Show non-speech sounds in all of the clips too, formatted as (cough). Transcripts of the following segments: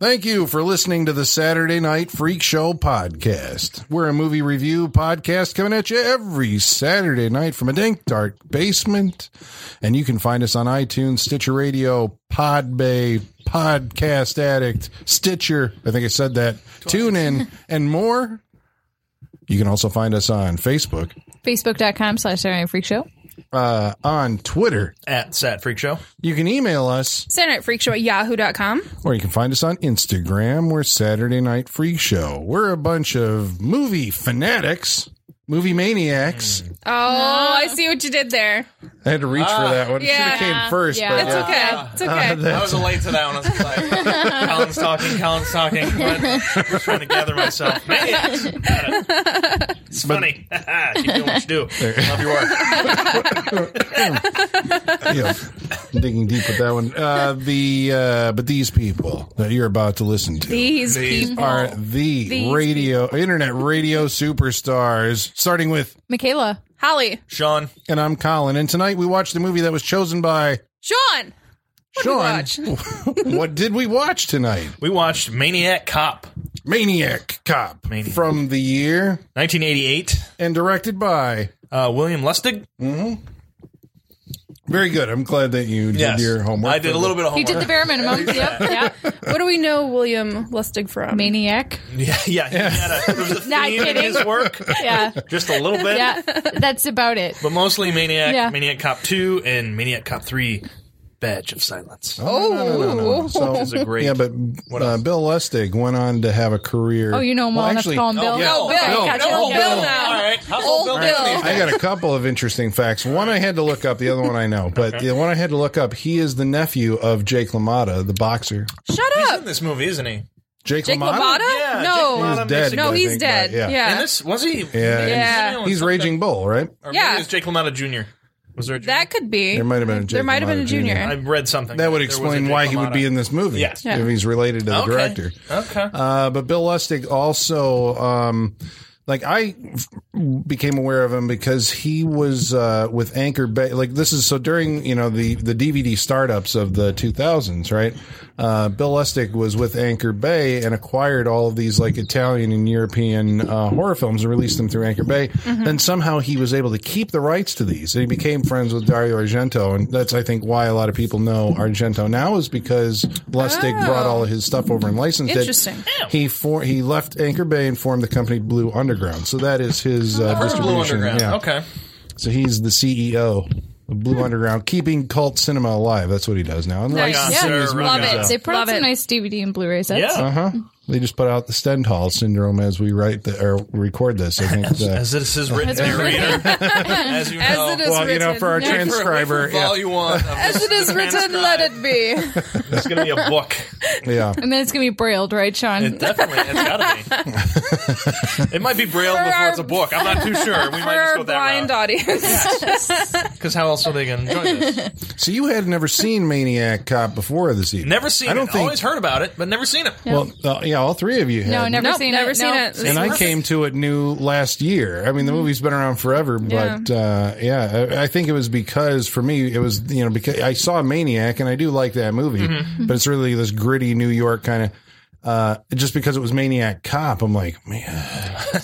Thank you for listening to the Saturday Night Freak Show podcast. We're a movie review podcast coming at you every Saturday night from a dank dark basement. And you can find us on iTunes, Stitcher Radio, Podbay, Podcast Addict, Stitcher. I think I said that. Tune in and more. You can also find us on Facebook, Facebook.com slash Saturday Night Freak Show. uh, on Twitter. at Sat Freak Show. You can email us Saturday Night Freak Show at yahoo.com. Or you can find us on Instagram. We're Saturday Night Freak Show. We're a bunch of movie fanatics, movie maniacs. Oh, I see what you did there. I had to reach for that one. yeah. It should have came first. Yeah. But uh, It's yeah. Ah, okay. It's okay. I was late to that one. I (laughs) was like, Colin's talking, Colin's talking. But I'm just trying to gather myself. (laughs) Man, got it. it's funny. Keep doing what (laughs) you do. Love your work. Yeah. (laughs) I'm digging deep with that one. Uh, the uh, But these people that you're about to listen to These These people. are the These radio, internet radio superstars, starting with, Michaela. Holly. Sean, and I'm Colin. And tonight we watched the movie that was chosen by Sean. What did we Sean. what did we watch tonight? we watched Maniac Cop, Maniac Cop Maniac. from the year 1988. and directed by. Uh, William Lustig. Very good. I'm glad that you did your homework. I did a little bit of You homework. did the bare minimum. yep. Yep. What do we know William Lustig from? Maniac. yeah, yeah. He had a, there (laughs) was a Not theme in kidding. his work, Yeah. just a little bit. Yeah. That's about it. But mostly Maniac, Yeah. Maniac Cop 2, and Maniac Cop 3, Badge of Silence. Oh, no, no, no, no. So- Those are great. yeah, but uh, else? Bill Lustig went on to have a career. Oh, you know him well, enough to actually, call him Bill. yeah. No, Oh, Bill. Bill. Gotcha. No, Bill. Bill. now. All right. How's Old Bill? (laughs) Bill. I got a couple of interesting facts. One I had to look up. The other one I know, but the one I had to look up. He is the nephew of Jake LaMotta, the boxer. Shut He's up. in this movie, isn't he? Jake, Jake LaMotta? Yeah, no. Jake He's dead. no, I he's think, dead. but Yeah. And this was he? Yeah. Yeah. He's Raging Bull, right? Or Yeah. maybe it was Jake LaMotta Jr. Was there a junior? That could be. There might have been a Jake There might have been a LaMotta Jr. junior. I read something That would there was a explain Jake why he would LaMotta. be in this movie. Yes. If he's related to the Okay. director. Okay. Uh, but Bill Lustig also, um, like I f- became aware of him because he was uh, with Anchor Bay. Like this is so during you know the the DVD startups of the 2000s, right? Uh, Bill Lustig was with Anchor Bay and acquired all of these like Italian and European uh, horror films and released them through Anchor Bay. Then somehow he was able to keep the rights to these, and he became friends with Dario Argento, and that's I think why a lot of people know Argento now is because Lustig brought all of his stuff over and licensed it. Interesting. He for, he left Anchor Bay and formed the company Blue Underground. So that is his uh, distribution. Oh, Blue Underground. Yeah. Okay. So he's the CEO of Blue Underground, keeping cult cinema alive. That's what he does now. And Nice. licensing Yeah. his Sure, Love movies it. out. They put out Love some it. nice DVD and Blu-ray sets. Yeah. Uh-huh. They just put out the Stendhal syndrome as we write the, or record this. I think. uh, (laughs) As this is written narrator. (laughs) As you As know. it is well, you written. know, for our Yeah. transcriber, yeah, Volume one. of As this it is written, let it be. transcribe. It's going to be a book. yeah. And then it's going to be brailled, right, Sean? It definitely. It's got to (laughs) be. It might be braille For before our- it's a book. I'm not too sure. We for might just our go that blind route. audience. Because how else are they going to enjoy (laughs) this? So you had never seen Maniac Cop before this evening. Never seen I don't it. think. Always heard about it, but never seen it. well, uh, yeah, all three of you had. No, (laughs) never Nope, seen never it. seen no. it. and I came to it new last year. I mean, the movie's been around forever, but uh, yeah, I, I think it was because for me, it was you know because I saw Maniac and I do like that movie, but it's really this gritty New York kind of. Uh, just because it was Maniac Cop, I'm like, man,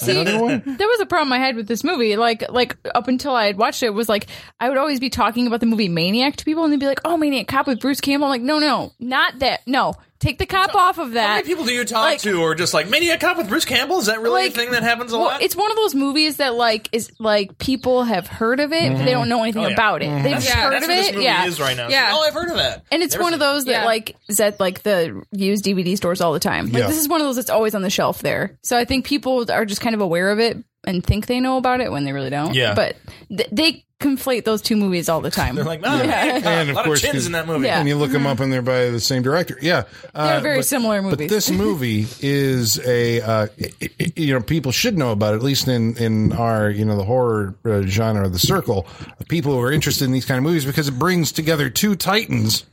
another one. There was a problem I had with this movie. Like, like up until I had watched it, was like I would always be talking about the movie Maniac to people, and they'd be like, "Oh, Maniac Cop with Bruce Campbell." I'm like, "No, no, not that. No, take the cop off of that." How many people do you talk Like- to, or just like Maniac Cop with Bruce Campbell? Is that really Like- a thing that happens a Well, lot? it's one of those movies that like is like people have heard of it, but they don't know anything Oh, yeah. about it. They've just Yeah, heard That's of what this it, movie yeah. is right now. It's like, Yeah. oh, I've heard of that. And it's Never one of seen it. those that Yeah. like is at like the used DVD stores all the time. Like Yeah. this is one of those that's always on the shelf there. So I think people are just kind of aware of it and think they know about it when they really don't. Yeah. But th- they conflate those two movies all the time. They're like, oh, Maniac Cop. (laughs) And a of lot course, of chins in that movie. Yeah. Mm-hmm. And you look them up, and they're by the same director. Yeah, They're uh, very but- similar movies. But (laughs) this movie is a uh, i- i- you know people should know about it, at least in in our you know the horror uh, genre of the circle people who are interested in these kind of movies because it brings together two titans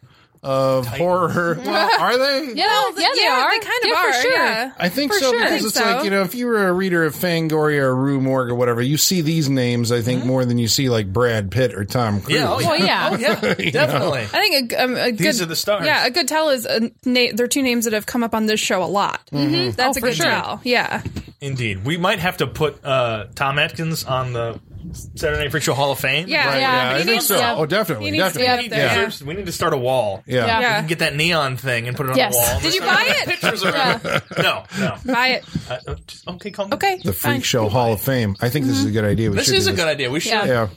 of (laughs) horror. Well, are they? Yeah, yeah, they yeah, are. they kind of Yeah, for are. sure. Yeah. I think For so sure. I because think it's so. like you know if you were a reader of Fangoria or Rue Morgue or whatever, you see these names I Mm-hmm. think more than you see like Brad Pitt or Tom Cruise. Yeah. Oh, yeah. Well, yeah. Oh, (laughs) (laughs) yeah. Definitely. I think a, um, a good These are the stars. Yeah, a good tell is a na- they're two names that have come up on this show a lot. Oh, Mm-hmm. That's a for good sure. tell. Yeah, Indeed. We might have to put uh, Tom Atkins on the Saturday Night Freak Show Hall of Fame. yeah, Right, yeah, I He think needs- so. yeah. Oh, definitely, He needs to definitely. be up We need, there. Yeah. we need to start a wall. Yeah. Yeah. We can get that neon thing and put it on Yes. the wall. Did you Start buy putting it? Pictures around it. (laughs) No, no. Buy it. Uh, uh, just- okay, calm down. Okay, The Freak fine. Show Hall of Fame. I think this is a good idea. We This should is do a good idea. We should. Yeah. Yeah.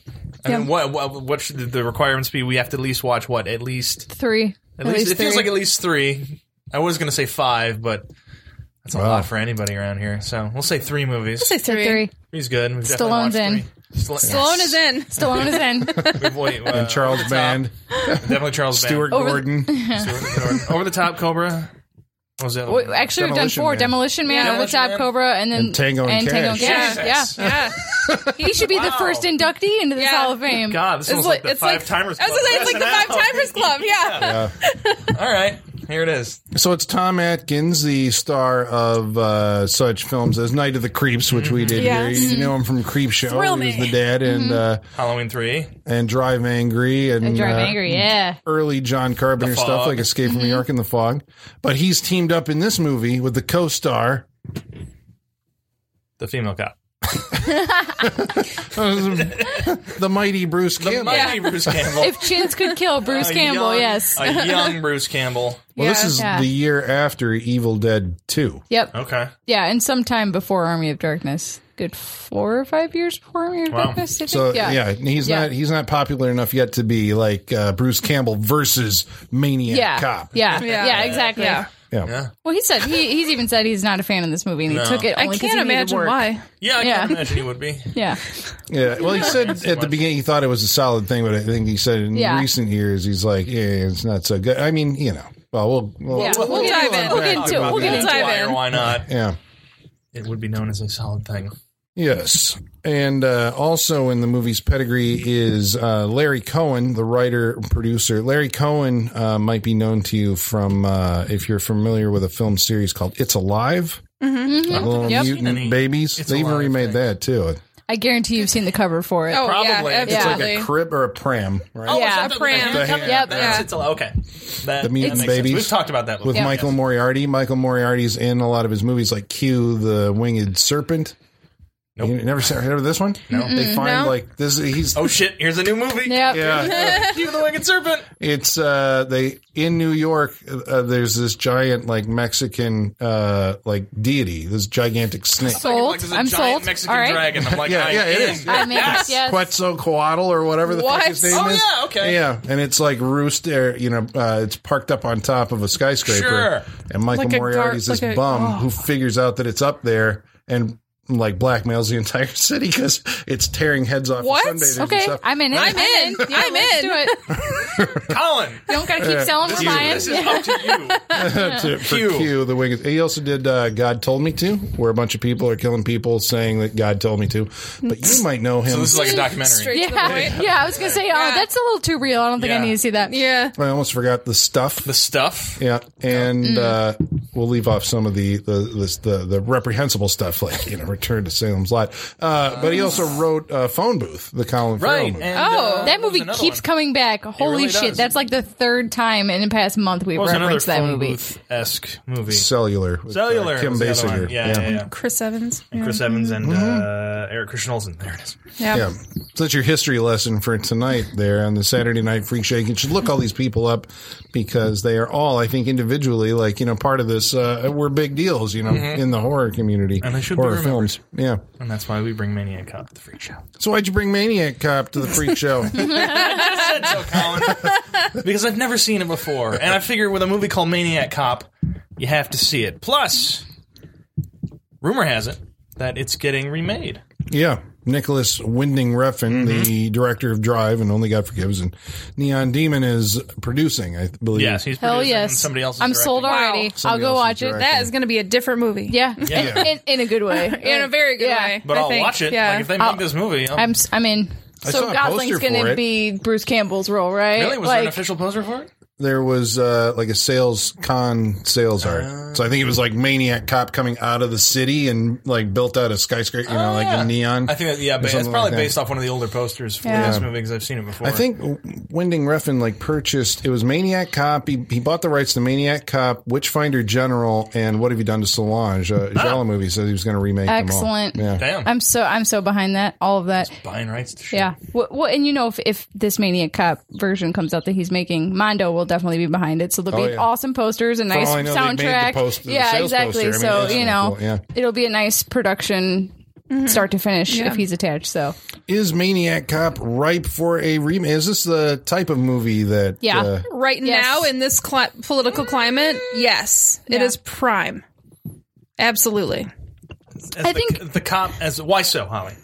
I mean, what, what what should the requirements be? We have to at least watch what at least Three. at, least, it feels three. like at least three. I was going to say five, but that's a Wow. lot for anybody around here. So we'll say three movies. Say Three. three. He's good. We've definitely Stallone's watched in. three. Stall- Stallone is in. Stallone is in. (laughs) We've wait, uh, Charles over the top. Band, Definitely Charles Band. Stuart Over the- Gordon. (laughs) Stuart Gordon. Over the top Cobra. What was that? Wait, Actually, we've done Demolition four: Man. Demolition Man, Over the Demolition Top, Man. Cobra, and then And Tango and Tango Cash. Cash. Yeah, Jesus. yeah. (laughs) He should be the Wow. first inductee into this Yeah. Hall of Fame. God, this one's like, the five timers. I was gonna say, it's like the five timers club. Yeah. All right, here it is. So it's Tom Atkins, the star of uh, such films as Night of the Creeps, which we did Yes. here. You know him from Creep Show. Thrill he was me. the dad and uh, Halloween three. and Drive Angry and, I drive uh, angry. Yeah. early John Carpenter The stuff Fog. like Escape from New York and The Fog. But he's teamed up in this movie with the co-star. The female cop. (laughs) the mighty Bruce The Campbell. mighty Bruce Campbell. If chins could kill (laughs) Bruce A Campbell, young- yes. A young Bruce Campbell. Well, this Yeah. is Yeah. the year after Evil Dead 2. Yep. Okay. Yeah, and sometime before Army of Darkness. Good four or five years before Army of Wow. Darkness, I think. So yeah. yeah, he's Yeah. not he's not popular enough yet to be like uh, Bruce Campbell versus Maniac Yeah. Cop. yeah, yeah, Yeah. exactly. Yeah. Yeah. Yeah. Well, he said he, he's even said he's not a fan of this movie, and No. he took it. I Only 'cause he can't needed imagine work. why. Yeah, I Yeah. can imagine he would be. Yeah, Yeah. Well, he said at the beginning he thought it was a solid thing, but I think he said in Yeah. recent years he's like, yeah, it's not so good. I mean, you know. Well, we'll, we'll Yeah. yeah. We'll dive in. We'll get into it. We'll get into it. Why or why not? yeah. It would be known as a solid thing. Yes. And uh, also in the movie's pedigree is uh, Larry Cohen, the writer producer. Larry Cohen uh, might be known to you from uh, if you're familiar with a film series called It's Alive. Mhm. Little Mm-hmm. Yep. Any Mutant Babies. It's they even Alive remade thing. that too. I guarantee you've seen the cover for it. Oh Probably. yeah, It's like It's like absolutely. a crib or a pram, right? Oh, Yeah. is that A pram. the- The hand. That's Yeah. it's a- okay. That, The mutant that makes sense. babies. We've talked about that Oh, before. With Michael Moriarty. Michael Moriarty's in a lot of his movies, like Q, the Winged Serpent. Nope. You never saw- heard of this one? No. They find No. like this. He's Oh shit! Here's a new movie. Yep. yeah. (laughs) Even the Winged Serpent. It's uh they in New York uh, there's this giant like Mexican uh like deity, this gigantic snake. (laughs) Sold. Like, there's a I'm giant sold. Mexican All right. dragon. I'm (laughs) like, Yeah, I'm yeah, it in. is. I mean, yes. Quetzalcoatl or whatever the fuck What? his name Oh, is. yeah, okay. Yeah, and it's like rooster, you know, uh, it's parked up on top of a skyscraper. Sure. And Michael Like a gar- Moriarty's this like a- bum oh. who figures out that it's up there and like blackmails the entire (laughs) city because it's tearing heads off What? sunbaters and Okay, stuff. I'm in. it. I'm in. Yeah, I'm let's in. Do it. (laughs) Colin. Don't gotta keep selling. We're buying. This is up to you. to, for Q. Q. the Wiggins. He also did uh, "God Told Me To," where a bunch of people are killing people saying that God told me to. But you might know him. (laughs) So this is like a documentary. Straight to the (laughs) point. Yeah, yeah. I was gonna say, oh, Yeah. that's a little too real. I don't think Yeah. I need to see that. Yeah. I almost forgot the stuff. The Mm. stuff. yeah, and uh, we'll leave off some of the the, this- the the reprehensible stuff, like you know, Return to Salem's Lot. Uh, but he also wrote uh, "Phone Booth," the Colin Farrell Ah. Right. movie. and, Oh, uh, That what was movie another keeps one? coming back. Holy really shit! does. That's like the third time in the past month we've What was another referenced that phone movie. booth esque movie? Cellular, with, uh, Cellular. Kim was the other Basinger, one. Yeah, yeah, yeah. Chris Evans. Yeah. Chris Evans and uh, Mm-hmm. Eric Krishnolson. There it is. Yeah. Yeah. So that's your history lesson for tonight there on the Saturday Night Freak Shake. You should look all these people up because they are all, I think, individually, like, you know, part of this. Uh, we're big deals, you know, in the horror community. And they should be horror remembered. films. Yeah. And that's why we bring Maniac Cop to the freak show. (laughs) So why'd you bring Maniac Cop to the Freak Show? so, Colin. because I've never seen it before, and I figure with a movie called Maniac Cop, you have to see it. Plus, rumor has it that it's getting remade. yeah. Nicholas Winding Refn, the director of Drive and Only God Forgives, and Neon Demon is producing, I believe. Yes, he's Hell producing yes. and somebody else. Is I'm directing. sold already. I'll Somebody go else is watch it. directing. That is going to be a different movie. yeah, (laughs) (laughs) Yeah. In, in a good way. (laughs) In a very good Yeah. way. But I I'll think. watch it. Yeah. Like if they make this movie, I'll, I'm. s- I'm in. saw So a Gosling's poster for gonna it. be Bruce Campbell's role, right? really was there like, an official poster for it? there was uh, like a sales con sales art. so I think it was like Maniac Cop coming out of the city and like built out a skyscraper, you know, like Oh, Yeah. in neon. I think that, yeah, but it's something probably like that. based off one of the older posters for Yeah. this movie because I've seen it before. I think Winding Refn like purchased it was Maniac Cop. He, he bought the rights to Maniac Cop, Witchfinder General, and What Have You Done to Solange? (laughs) Uh, Jala movie says he was going to remake. Excellent. Them all. Yeah. Damn. I'm so I'm so behind that. All of that. buying rights to shit. Yeah. Well, well, and you know, if, if this Maniac Cop version comes out that he's making, Mondo will definitely be behind it. So there'll Oh, be yeah. awesome posters, a nice all I know, they made the soundtrack. post- the yeah, sales exactly. poster. I mean, so that's you kinda know, cool, yeah. it'll be a nice production, start to finish, if he's attached. So Is Maniac Cop ripe for a remake? Is this the type of movie that? Yeah. uh, Right Yes. now in this cli- political climate, yes, it Yeah. is prime. Absolutely. As I the, think- the cop as why so Holly.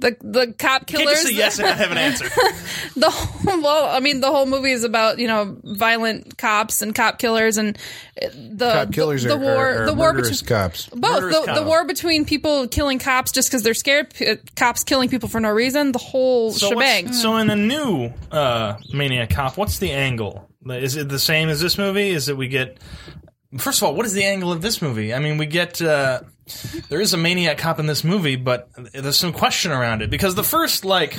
The the cop Can't killers. just say yes and I have (laughs) an answer. (laughs) The whole, well, I mean, the whole movie is about you know violent cops and cop killers and uh, the cop killers the, the are, war are, are the war murderous between cops. both Murderous the, cop. the war between people killing cops just because they're scared, p- uh, cops killing people for no reason, the whole So, Mm. shebang. what's, so in the new uh, Maniac Cop, what's the angle? Is it the same as this movie? Is it we get? First of all, what is the angle of this movie? I mean, we get uh, there is a maniac cop in this movie, but there's some question around it because the first like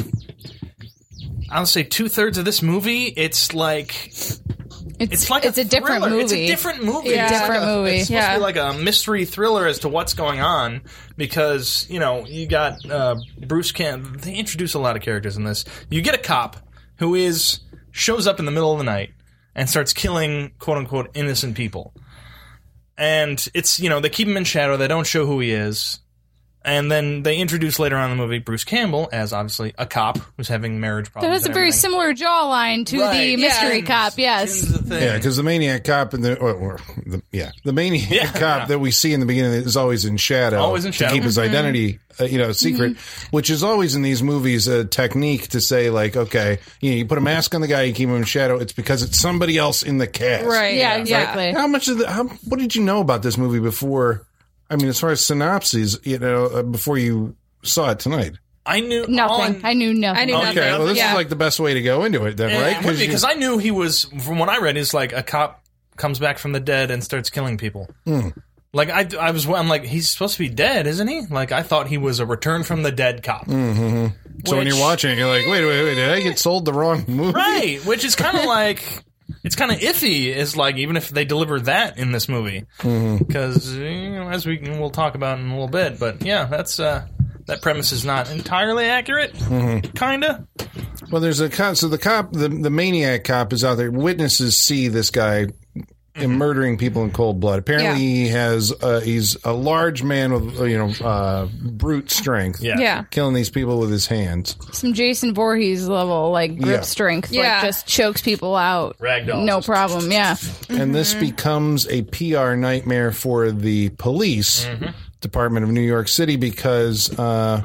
I'll say two thirds of this movie, it's like it's it's like a, different thriller. movie. It's a different movie. Yeah. It's like Different a- movie. It's supposed Yeah. to be like a mystery thriller as to what's going on because you know you got uh, Bruce Cam. They introduce a lot of characters in this. You get a cop who is shows up in the middle of the night and starts killing quote unquote innocent people. And it's you know they keep him in shadow. They don't show who he is. And then they introduce later on in the movie Bruce Campbell as obviously a cop who's having marriage It problems. has a and very everything. similar jawline to the Right. mystery Yeah. cop. This Yes. is the thing. Yeah, because the maniac cop and the, or, or the yeah the maniac Yeah. cop that we see in the beginning is always in shadow, Always in shadow. Mm-hmm. to keep his identity, uh, you know, secret, which is always in these movies a technique to say like, okay, you know, you put a mask on the guy, you keep him in shadow. It's because it's somebody else in the cast, Right. Yeah. Exactly. How much of the how, what did you know about this movie before? I mean, as far as synopses, you know, uh, before you saw it tonight. I knew Nothing. on- I knew nothing. I knew Okay, nothing. Okay, well, this yeah. is like the best way to go into it, then, Oh, Yeah, right? it would be, you- Because I knew he was, from what I read, is like a cop comes back from the dead and starts killing people. Hmm. Like I, I was, I'm like, he's supposed to be dead, isn't he? Like I thought he was a return from the dead cop. Hmm, so when you're which- watching it, you're like, wait, wait, wait, did I get sold the wrong movie? Right, which is kind of like it's kind of iffy. Is like even if they deliver that in this movie, Mm-hmm. because you know, as we we'll talk about in a little bit. But yeah, that's uh, that premise is not entirely accurate. Mm-hmm. Kinda. Well, there's a cop. So the cop, the, the maniac cop, is out there. Witnesses see this guy murdering people in cold blood. Apparently, he has uh, he's a large man with uh, you know uh, brute strength. Yeah. yeah. killing these people with his hands. Some Jason Voorhees level like grip Yeah. strength. Yeah. Like just chokes people out. Ragdoll. No problem. Yeah. and this becomes a PR nightmare for the police department of New York City because, uh,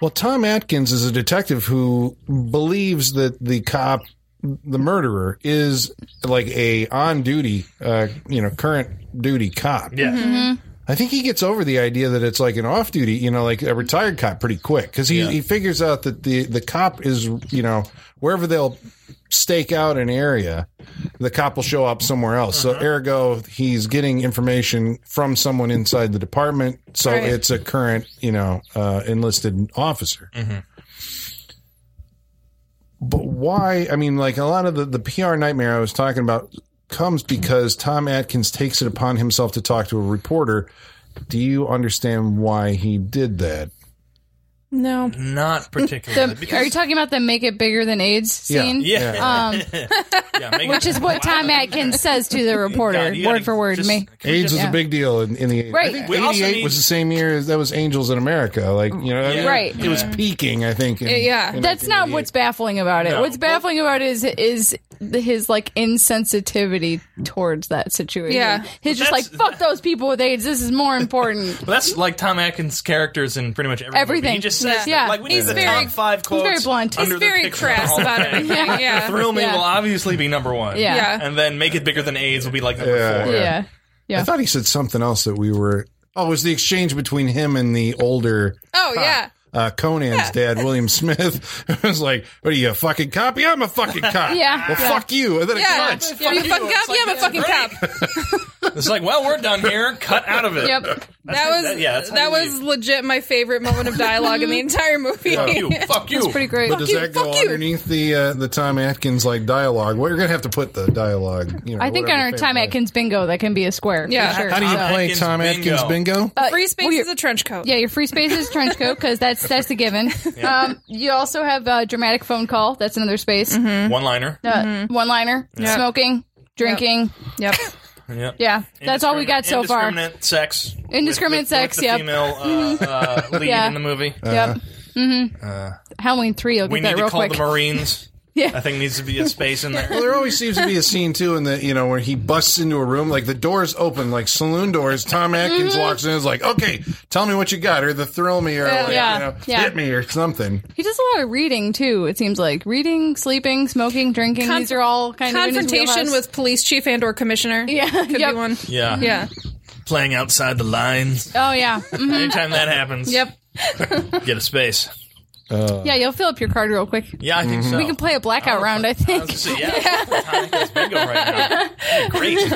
well, Tom Atkins is a detective who believes that the cop, the murderer, is like a on duty, uh, you know, current duty cop. Yeah. Mm-hmm. I think he gets over the idea that it's like an off duty, you know, like a retired cop pretty quick because he, he figures out that the, the cop is, you know, wherever they'll stake out an area, the cop will show up somewhere else. So, ergo, he's getting information from someone inside the department. So Right. it's a current, you know, uh, enlisted officer. But why? I mean, like a lot of the, the PR nightmare I was talking about comes because Tom Atkins takes it upon himself to talk to a reporter. Do you understand why he did that? No. Not particularly. The, are you talking about the make it bigger than AIDS scene? yeah. Um, yeah make- which is what Tom Atkins says to the reporter, (laughs) God, you word gotta for word. just- me. AIDS was Yeah. a big deal in, in the 80s. Right. I think We also 88 need- was the same year as that was Angels in America. Like, you know, Yeah. Right. it was peaking, I think. in- Yeah. in That's not 1988. what's baffling about it. No. What's baffling about it is is the- his like insensitivity towards that situation. Yeah. he's just like that's- fuck those people with AIDS. This is more (laughs) important. Well, that's like Tom Atkins' characters in pretty much every Everything. Movie. He just says, Yeah. yeah. like, we He's need the very- top five he's quotes. very blunt. He's Under He's very the picture (laughs) crass of the about whole thing. everything. Yeah. Thrill Me Yeah. will obviously be number one. Yeah. Yeah. And then Make It Bigger Than AIDS will be like number Yeah. four. yeah. I thought he said something else that we were. Oh, it was the exchange between him and the older. Oh yeah. uh, Conan's dad, William Smith, (laughs) was like, "What are you a fucking cop? (laughs) Yeah, I'm a fucking cop. Yeah. well, Yeah. fuck you." And then Yeah, it cuts. yeah, I'm a you. fucking It's cop. like, yeah, I'm a that's fucking great. cop. It's like, well, we're done here. Cut out of it. Yep. That was that- that, yeah, that's how you was leave. legit my favorite moment of dialogue in the Mm-hmm. entire movie. (laughs) Fuck you. Fuck you. It's pretty great. But does you, that go fuck you. underneath the uh, the Tom Atkins like dialogue? Well, you're gonna have to put the dialogue. You know, I think whatever on our favorite Time way. Atkins bingo, that can be a square. for Yeah. sure. How do you Tom play Atkins Tom bingo. Atkins Bingo? Free space well, you're- is a trench coat. Uh, Yeah, your free space is trench coat because that's that's a given. Um, you also have a dramatic phone call. That's another space. Mm-hmm, One liner. Uh, One liner, smoking, drinking. Yep. Yeah. Yeah, that's all we got so far. Yep. Indiscriminate sex. Indiscriminate With- with- sex, with the yep. Female (laughs) uh, uh, lead Yeah. in the movie. Uh, Mm-hmm. Halloween three. I'll we get need that to real call quick. the Marines. (laughs) Yeah. I think needs to be a space in there. (laughs) Well, there always seems to (laughs) be a scene too in the you know where he busts into a room like the doors open like saloon doors. Tom Atkins walks in and is like, "Okay, tell me what you got," or the thrill me, or like, Yeah. you know, Yeah. hit me, or something. he does a lot of reading too. It seems like reading, sleeping, smoking, drinking. Conf- These are all kind of in Confrontation his wheelhouse. with police chief and or commissioner. (laughs) Yeah, Could yep. be one. Yeah. Yeah. Playing outside the lines. Oh yeah, Mhm. Anytime that happens, Yep. get a space. yeah. You'll fill up your card real quick. Yeah, I think Mm-hmm. so. We can play a blackout round. I I think. was gonna say, yeah, Tom Atkins bingo (laughs) right now. Great.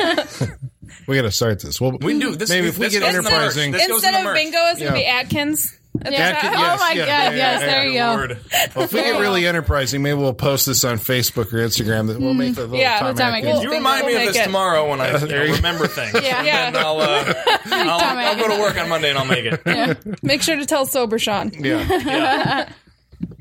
We got to start this. Well, We can do this. Maybe if we this get goes in the merch. Enterprise Inc. This goes in Instead the of merch. bingo, it's gonna Yeah. be Atkins. At the Yeah. Atkins, (laughs) top. oh yes, my yeah, god! yeah, yes, yeah, there yeah. you go. Lord. Well, if we get really enterprising, maybe we'll post this on Facebook or Instagram. That we'll make the little Yeah, Tom the Tom Atkins. Atkins. You remind me of We'll this make it. tomorrow when I you know, there you- remember things. Yeah. (laughs) Yeah. And I'll, (laughs) uh, I'll, I'll go Atkins. to work on Monday and I'll make it. Make sure to tell sober Sean. (laughs) Yeah. Yeah.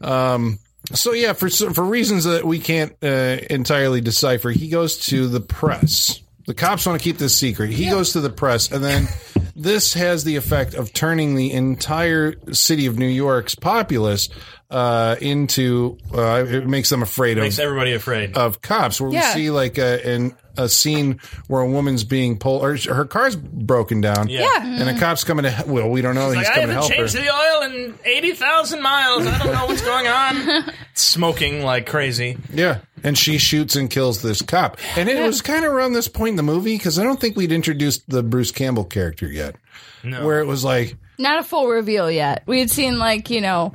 So yeah, for for reasons that we can't uh, entirely decipher, he goes to the press. The cops want to keep this secret. He goes to the press, and then this has the effect of turning the entire city of New York's populace uh, into. Uh, it makes them afraid of Makes everybody afraid. of cops where Yeah. we see like a in a scene where a woman's being pulled or her car's broken down. Yeah. Mm. And a cop's coming to well, we don't know he's Like, I coming to haven't help her. changed the oil in 80,000 miles. I don't know what's going (laughs) on. Smoking like crazy. Yeah. And she shoots and kills this cop. And it was kind of around this point in the movie because I don't think we'd introduced the Bruce Campbell character yet. No. Where it was like, Not a full reveal yet. We had seen like you know,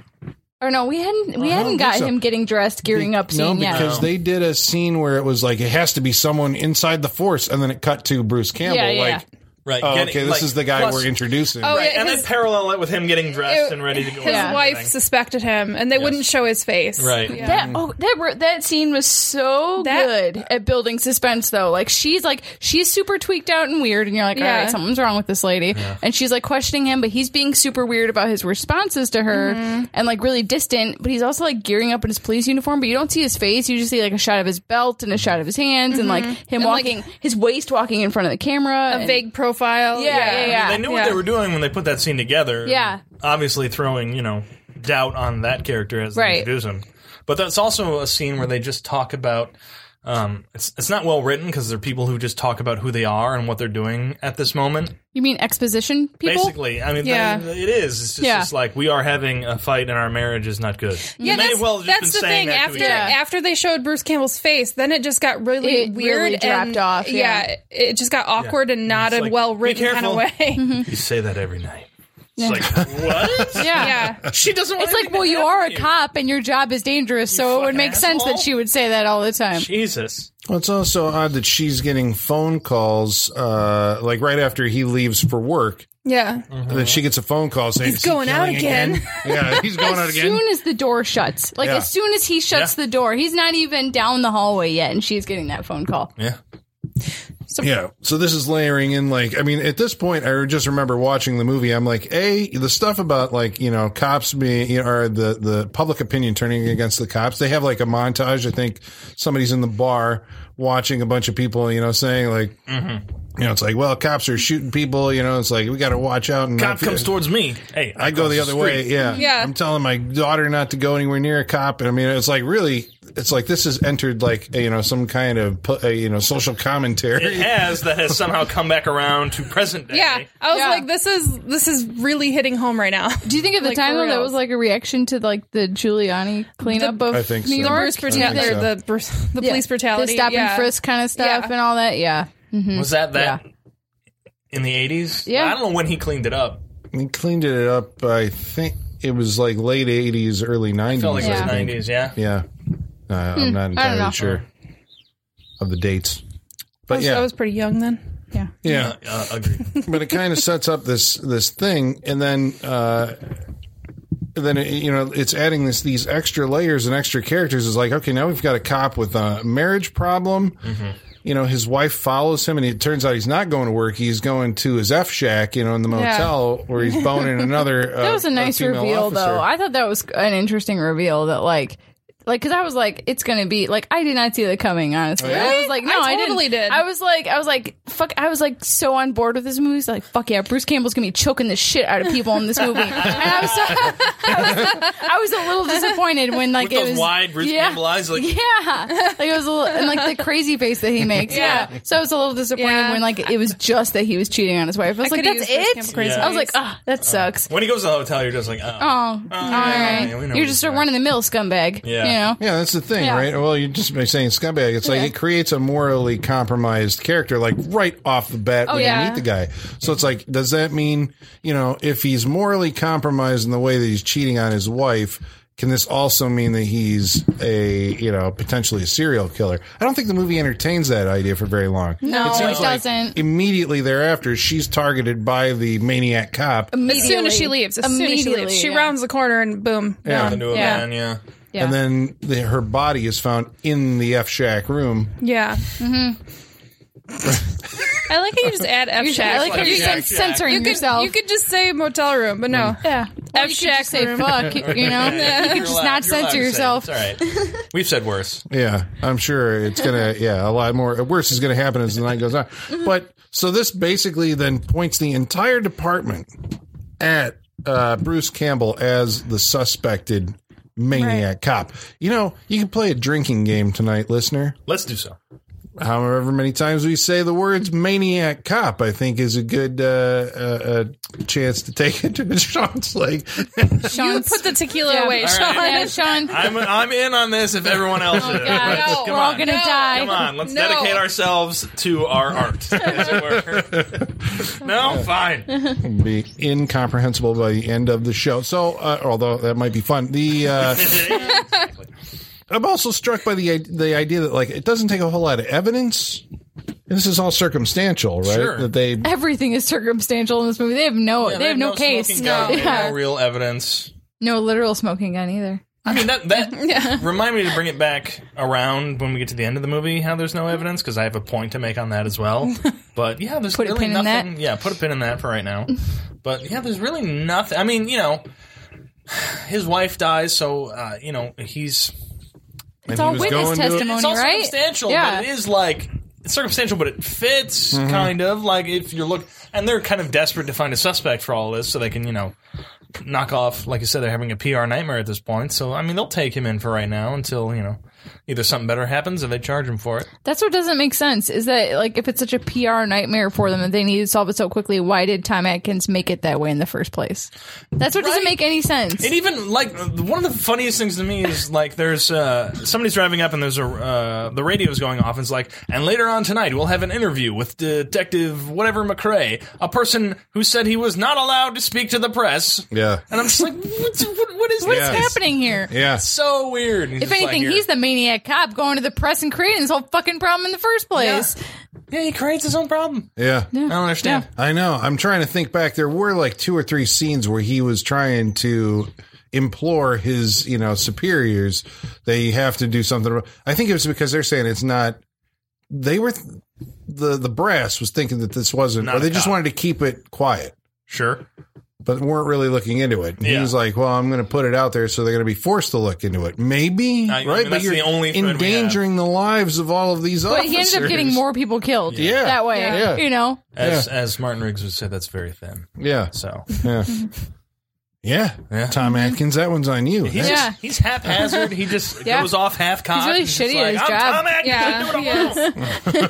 or no, we hadn't. We hadn't think got so. him getting dressed, gearing up no, scene yet. because they did a scene where it was like, it has to be someone inside the force. And then it cut to Bruce Campbell. Yeah, yeah. Like, Right. oh, getting- okay, this like, is the guy plus- we're introducing. Oh, yeah, And his- then parallel it with him getting dressed it- and ready to go. His out and wife everything. suspected him, and they wouldn't show his face. Right. Yeah. That oh that were- that scene was so That- good at building suspense though. Like she's like she's super tweaked out and weird, and you're like, all Yeah. right, something's wrong with this lady. And she's like questioning him, but he's being super weird about his responses to her Mm-hmm. and like really distant. But he's also like gearing up in his police uniform, but you don't see his face. You just see like a shot of his belt and a shot of his hands and like him Mm-hmm. like, walking, his waist walking in front of the camera. a and- vague profile. Yeah, yeah, yeah. They knew what Yeah. they were doing when they put that scene together. Yeah. Obviously throwing, you know, doubt on that character as Right. they introduce him. But that's also a scene where they just talk about um, it's it's not well written because they're people who just talk about who they are and what they're doing at this moment. You mean exposition people? Basically, I mean, Yeah. th- it is. It's just, Yeah. just like we are having a fight and our marriage is not good. Yeah, You may that's, well have just that's been the saying thing. that to After each other. after they showed Bruce Campbell's face, then it just got really It weird really and dropped off, yeah. it just got awkward and not It's a like, well be written careful. kind of way. you say that every night. It's like what? yeah. (laughs) yeah, (laughs) She doesn't. want It's like, anything well, to you happen are to a you. cop and your job is dangerous, so it would fucking make sense asshole. that she would say that all the time. Jesus. Well, it's also odd that she's getting phone calls, uh, like right after he leaves for work. yeah. Mm-hmm. Then she gets a phone call saying He's "Is he going out killing again?" (laughs) yeah, he's (laughs) going out as again. soon as the door shuts, like Yeah. as soon as he shuts Yeah. the door, he's not even down the hallway yet, and she's getting that phone (laughs) call. Yeah. yeah. So this is layering in like I mean, at this point I just remember watching the movie. I'm like, A, the stuff about like, you know, cops being you know, or the the public opinion turning against the cops. They have like a montage. I think somebody's in the bar watching a bunch of people, you know, saying like Mm-hmm. You know, it's like, well, cops are shooting people. You know, it's like we got to watch out. And not- Cop comes towards me. Hey, I go the other way. Yeah. Yeah. I'm telling my daughter not to go anywhere near a cop. And I mean, it's like really, it's like this has entered like, you know, some kind of, pu- uh, you know, social It commentary. has that has somehow come back around to present day. Yeah, I was Yeah. like, this is this is really hitting home right now. Do you think at the Like, time for though, that real. was like a reaction to like the Giuliani cleanup of I think New so. York? Bruce I brutality, think so. or the Bruce- the Yeah. police brutality, the stop yeah. and frisk kind of stuff, Yeah. and all that. Yeah, Was that that in the eighties? Mm-hmm. Yeah. I don't know when he cleaned it up. he cleaned it up, I think. it was like late eighties, early nineties. Felt like it was Yeah. 90s, yeah. Yeah, uh, I'm not entirely know. sure of the dates, I but was, yeah, I was pretty young then. Yeah. yeah. Uh, agreed. (laughs) but it kind of sets up this this thing, and then uh, then it, you know it's adding this these extra layers and extra characters. Is like okay, now we've got a cop with a marriage problem. You know, his wife follows him, and it turns out he's not going to work. He's going to his F shack, you know, in the motel where he's boning another. (laughs) uh, That was a nice female reveal, officer. though. I thought that was an interesting reveal that, like, like, cause I was like, it's gonna be like I did not see that coming. Honestly, Oh, I was like, no, I, I totally didn't. did. I was like, I was like, fuck. I was like, so on board with this movie. So like, fuck yeah, Bruce Campbell's gonna be choking the shit out of people in this (laughs) movie. and I was, so, I was, I was a little disappointed when like With it those was wide Bruce Campbell eyes, like- (laughs) yeah, like it was a little, and like the crazy face that he (laughs) makes. Yeah, so I was a little disappointed Yeah. when like it was just that he was cheating on his wife. I was like, coulda that's used Bruce it. Campbell crazy I was like, face. ah, Uh, that sucks. When he goes to the hotel, you're just like, oh. Oh, all yeah, right. yeah, we know You're what just a you're run of the mill scumbag. Yeah. You know? Yeah, that's the thing, Yeah. right? Well, you just by saying scumbag, it's like Yeah. it creates a morally compromised character, like right off the bat Oh, when yeah. you meet the guy. So it's like, does that mean, you know, if he's morally compromised in the way that he's cheating on his wife, can this also mean that he's a, you know, potentially a serial killer? I don't think the movie entertains that idea for very long. No, it, seems like- doesn't. Immediately thereafter, she's targeted by the maniac cop. Um, As soon as she leaves, as soon as she leaves, she yeah. rounds the corner and boom. Yeah. Gone. Into a yeah. man, yeah. Yeah. And then the, her body is found in the F Shack room. Yeah. (laughs) I like how Mm-hmm. you just add F You're- I shack. like how Like, you're you, Jack, cens- Jack. censoring you could, yourself. you could just say motel room, but no. Mm. yeah. F Shack Shack say room. fuck, you you know? You could You're just allowed- not you're allowed to censor say it. yourself. It's all (laughs) right. We've said worse. Yeah, I'm sure it's gonna. Yeah, a lot more worse is gonna happen as the night goes on. But so this basically then points the entire department at uh, Bruce Campbell as the suspected maniac cop. You know, you can play a drinking game tonight, listener. Let's do so. However many times we say the words "maniac cop," I think is a good uh, uh, uh, chance to take it (laughs) to Sean's like. You Sean's- put the tequila yeah. away, All Sean. right. Yeah, Sean. I'm, I'm in on this if everyone else is. God, Let's- no, come Oh, We're all on. going to No. die. Come on, let's No. dedicate ourselves to our art. as it (laughs) were. no, fine. be incomprehensible by the end of the show. So, uh, although that might be fun, the uh, (laughs) (laughs) I'm also struck by the the idea that like it doesn't take a whole lot of evidence. And this is all circumstantial, right? Sure. That they Everything is circumstantial in this movie. They have no, they have no, case. smoking gun, they have Yeah. no real evidence. No literal smoking gun either. I mean (laughs) that that remind me to bring it back around when we get to the end of the movie. How there's no evidence because I have a point to make on that (laughs) as well. But yeah, there's Put a really pin in nothing. Yeah, put a pin in that for right now. But yeah, there's really nothing. I mean, you know, (sighs) his wife dies, so uh, you know he's It's all was witness going to- testimony, it's all right? circumstantial, Yeah. but it is like it's circumstantial, but it fits kind of like if you're look and they're kind of desperate to find a suspect for all this so they can you know knock off. Like you said, they're having a PR nightmare at this point, so I mean they'll take him in for right now until you know either something better happens or they charge him for it. That's what doesn't make sense. Is that like if it's such a PR nightmare for them and they need to solve it so quickly, why did Tom Atkins make it that way in the first place? That's what doesn't Right. make any sense. And even like one of the funniest things to me is like there's uh, somebody's driving up and there's a uh, the radio's going off and it's like and later on tonight we'll have an interview with Detective whatever McRae, a person who said he was not allowed to speak to the press. Yeah. and I'm just like, what, what, what is What's this? Yeah. happening here? yeah. So weird. If anything, he's the maniac cop going to the press and creating this whole fucking problem in the first place. yeah he creates his own problem. Yeah. I don't understand. I know. I'm trying to think back. There were like two or three scenes where he was trying to implore his, you know, superiors that you have to do something. about- I think it was because they're saying it's not. They were the the brass was thinking that this wasn't, Not or they a just cop. wanted to keep it quiet. Sure. but weren't really looking into it. And He Yeah. was like, "Well, I'm going to put it out there, so they're going to be forced to look into it, maybe, I mean, right?" but that's you're the only thread we have. endangering the lives of all of these But officers. he ended up getting more people killed Yeah. that way. Yeah. You know? As as Martin Riggs would say, that's very thin. Yeah, So yeah, yeah. Yeah. Mm-hmm. Tom Atkins, that one's on you. he's That's- Yeah. just, he's haphazard. He (laughs) just Yeah. goes off half cocked. really shitty at his job." (laughs) Yeah, (laughs) he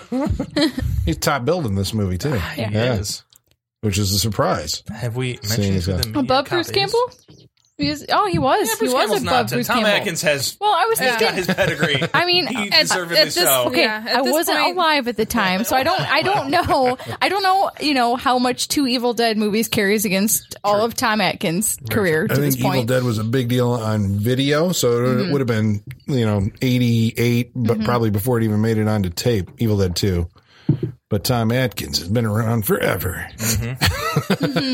he's top billed in this movie too. Ah, Yeah, Yes. which is a surprise. Have we Seeing mentioned as who that- the media Above cop Bruce is? Campbell? He was- oh, he was. he Bruce was Campbell's above not to- Bruce Tom Campbell. Atkins has (laughs) Well, I was has got thinking. his pedigree. (laughs) I mean, he at- deservedly at this- so. Okay, Yeah, at I this wasn't point- alive at the time, so I don't. I don't know. I don't know. You know how much two Evil Dead movies carries against all of Tom Atkins' career to I think this Evil point. (laughs) Mm-hmm. Dead was a big deal on video, so it would have been you know eighty eight, but probably before it even made it onto tape. Evil Dead two, but Tom Atkins has been around forever. and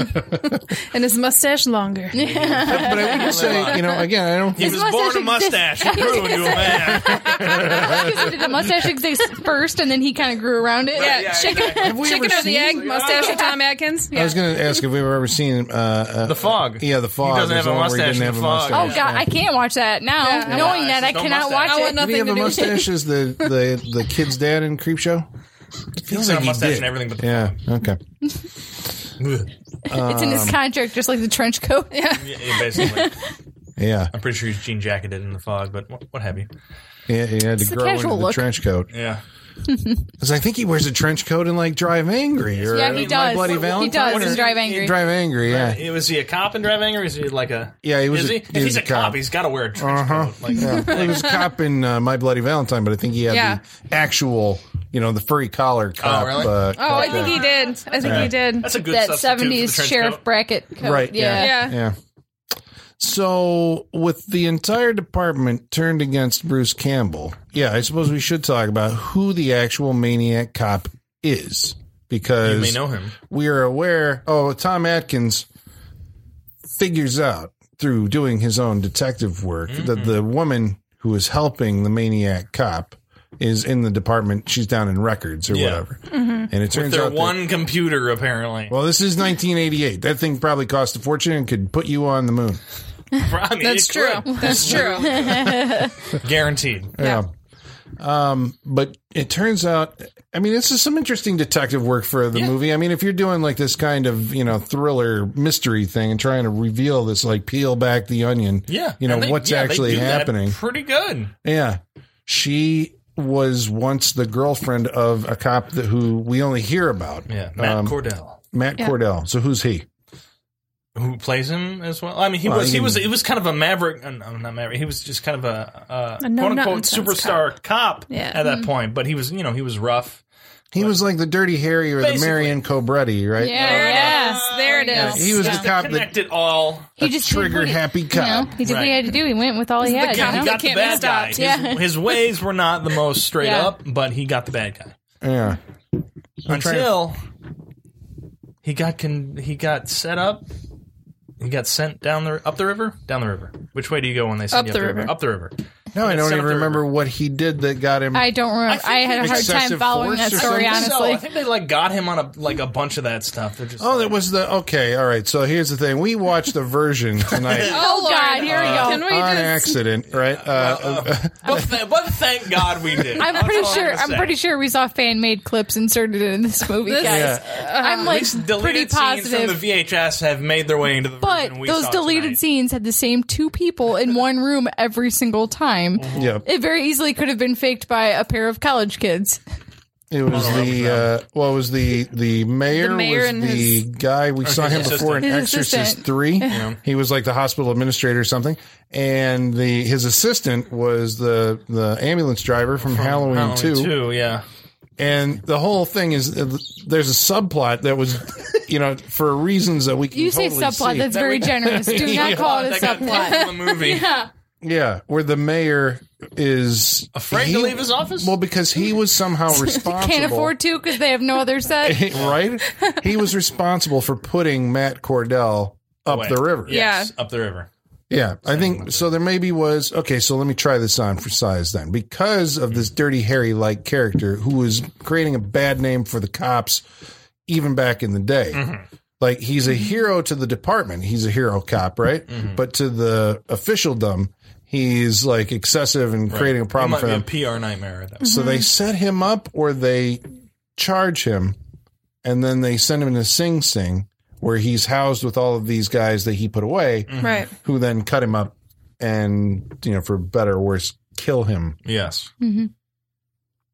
his mustache longer. but I would just say, you know, again, I don't. (laughs) He Think, was mustache born a mustache. He grew into a (laughs) man. Did the mustache exist first, and then he kind of grew around it. Yeah, (laughs) Yeah, chicken, exactly. we chicken ever or the seen- egg, mustache of Tom Atkins. I Yeah. was going to ask if we've ever seen uh, The fog. uh, yeah, the fog. He doesn't There's have a one where he mustache. didn't have in the a fog. Oh God, I can't watch that now. Yeah. Knowing Yeah, that, I no cannot mustache. watch I it. want Did he have nothing to a do with it. mustache as the, the, the kid's dad in Creepshow? He's got a mustache and everything, but the Yeah. Okay. fog. It's in his contract, just like the trench coat. (laughs) Yeah. Yeah, (laughs) yeah, basically. Yeah. I'm pretty sure he's jean jacketed in the fog, but what, what have you? Yeah. He had to the grow into casual the look. trench coat. Yeah. Because I think he wears a trench coat in like Drive Angry or Yeah, he My does. Bloody He Valentine. does or- in Drive Angry. Drive Angry. Yeah. Was he a cop in Drive Anger? Is he like a. Yeah, he was Is a- he? he If was he's a a cop, cop. Uh-huh. he's got to wear a trench coat. Like, He was a cop in uh, My Bloody Valentine, but I think he had Yeah. the actual, you know, the furry collar cop. really? uh, Oh, I cop, think uh, he did. I think he did. That's a good That substitute for the 70s trench sheriff coat. bracket coat. Right. Yeah. Yeah. Yeah. So, with the entire department turned against Bruce Campbell, yeah, I suppose we should talk about who the actual maniac cop is because You may know him. we are aware. Oh, Tom Atkins figures out through doing his own detective work that Mm-hmm. the woman who is helping the maniac cop is in the department. She's down in records or Yeah. whatever, and it turns Their out that- one computer, apparently. well, this is 1988. That thing probably cost a fortune and could put you on the moon. (laughs) I mean, That's it true. could. That's (laughs) true. Guaranteed. Yeah. Um, but it turns out, I mean, this is some interesting detective work for the movie. I mean, if you're doing like this kind of, you know, thriller mystery thing and trying to reveal this, like peel back the onion, Yeah. you know, And they- what's yeah, they actually do that happening. Pretty good. Yeah. She was once the girlfriend of a cop that, who we only hear about. Yeah. Matt Um, Cordell. Matt Cordell. So who's he? Who plays him as well? I mean, he Well, was you he can- was it was kind of a maverick. uh, No, not maverick. He was just kind of a, uh A no quote unquote nonsense superstar cop, Yeah. at that point. But he was you know he was rough. He was like the Dirty Harry or the Basically. Marion Cobretti, right? Yeah. yes, there it Yeah, is. He was Yeah. the cop that Connect it all. He A just trigger did what he- happy cop. You know, he did what he Right. had to do. He went with all he had. the cop you know? He that got the can't bad be guy. stopped. His, Yeah. his ways were not the most straight Yeah. up, but he got the bad guy Yeah. trying to- until he got con- he got set up. He got sent down the up the river, down the river. Which way do you go when they send Up you up the the river? river. Up the river. No, I don't Set even up the remember river. what he did that got him. I don't remember. I, I think had a hard time excessive following force that or story, something. So I honestly. think they like got him on a like a bunch of that stuff. They're just oh, like, that was the okay. All right. So here's the thing: we watched a version tonight Oh, Lord. God, here we go. Can we on just accident, right? Uh, uh, But, th- but thank God we did. (laughs) I'm That's pretty all sure. gonna I'm say. pretty sure we saw fan made clips inserted in this uh, movie, This- guys. yeah. I'm like Deleted pretty scenes positive. from the VHS have made their way into the but version we those saw deleted tonight. scenes had the same two people in one room every single time. Yeah. It very easily could have been faked by a pair of college kids. It was the uh, well, it was the the mayor, The mayor was and the his- guy we saw him assistant. before in His Exorcist assistant. Three. He was like the hospital administrator or something, and the his assistant was the the ambulance driver from, Halloween, Halloween Two. two, yeah. and the whole thing is uh, there's a subplot that was (laughs) you know for reasons that we can You say totally subplot, see. that's very generous. Do not call it a That got subplot. in (laughs) the movie. yeah where the mayor is Afraid to leave his office? well because he was (laughs) somehow responsible Can't afford to because they have no other set. right (laughs) he was responsible for putting Matt Cordell up Wait. the river Yes, up the river. Yeah, I think so. There maybe was okay. So let me try this on for size then, because of this dirty Harry like character who was creating a bad name for the cops, even back in the day. Mm-hmm. Like he's a hero to the department. He's a hero cop, right? Mm-hmm. But to the officialdom, he's like excessive and creating a problem Might for be a mm-hmm. them. PR nightmare. (laughs) That So they set him up, or they charge him, and then they send him to Sing Sing, where he's housed with all of these guys that he put away right? who then cut him up Mm-hmm. and, you know, for better or worse, kill him. Yes.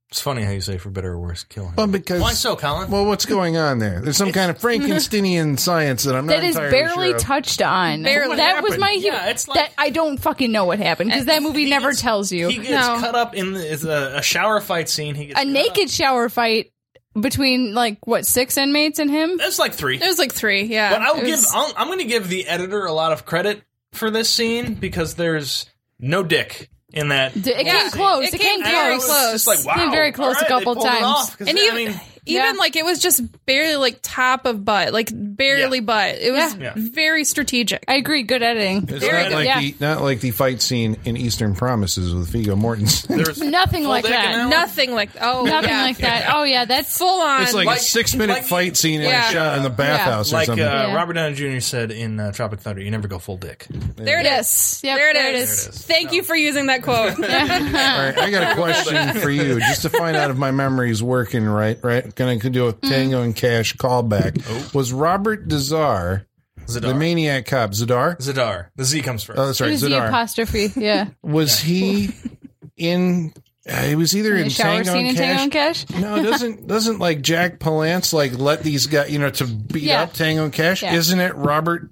It's funny how you say for better or worse, kill him. Well, because Why so, Colin? Um, Well, what's going on there? There's some kind of Frankensteinian science that I'm not That is entirely barely sure of. touched on. Barely. That What was my. Yeah, it's like- that I don't fucking know what happened because that movie He never gets- tells you. He gets No. cut up in the, it's a, a shower fight scene. He gets a cut naked Up. shower fight between like what six inmates and him. That's like three. It was like three, yeah. But I'll It give. was- I'll, I'm going to give the editor a lot of credit for this scene because there's no dick in that. D- It Yeah. came close. It It, came came, And I very was close. close. Just like wow, Came very all close a right, they couple pulled it times. off, 'cause, and I even, mean, even Yeah. like it was just barely like top of butt, like barely Yeah. butt. It was Yeah. Yeah. very strategic. I agree. Good editing. It's Very not good. like Yeah. the not like the fight scene in Eastern Promises with Vigo (laughs) Mortensen. (laughs) there's Nothing full like dick in that. one? Nothing like oh Nothing yeah. like that. Oh yeah, that's (laughs) full on. It's like, Like- a six minute like- fight scene in Yeah. a shot in the bathhouse or Like uh, something. Yeah. Robert Downey Jr. said in uh, Tropic Thunder, "You never go full dick." there it Yes. is. Yep, there, it is. there it is. There it is. Thank you for using that quote. All right, I got a question for you, just to find out if my memory's working right. Right, gonna do a Tango and Cash callback. Oh. Was Robert Dazar the Zadar. maniac cop Zadar? Zadar. The Z comes first. Oh, that's right, It was the Zadar. apostrophe. (laughs) Yeah. Was he in? Uh, he was either in, the shower Tango scene and in Tango and Cash. Cash. No, doesn't doesn't like Jack Palance like let these guys you know to beat Yeah. up Tango and Cash? Yeah. Isn't it Robert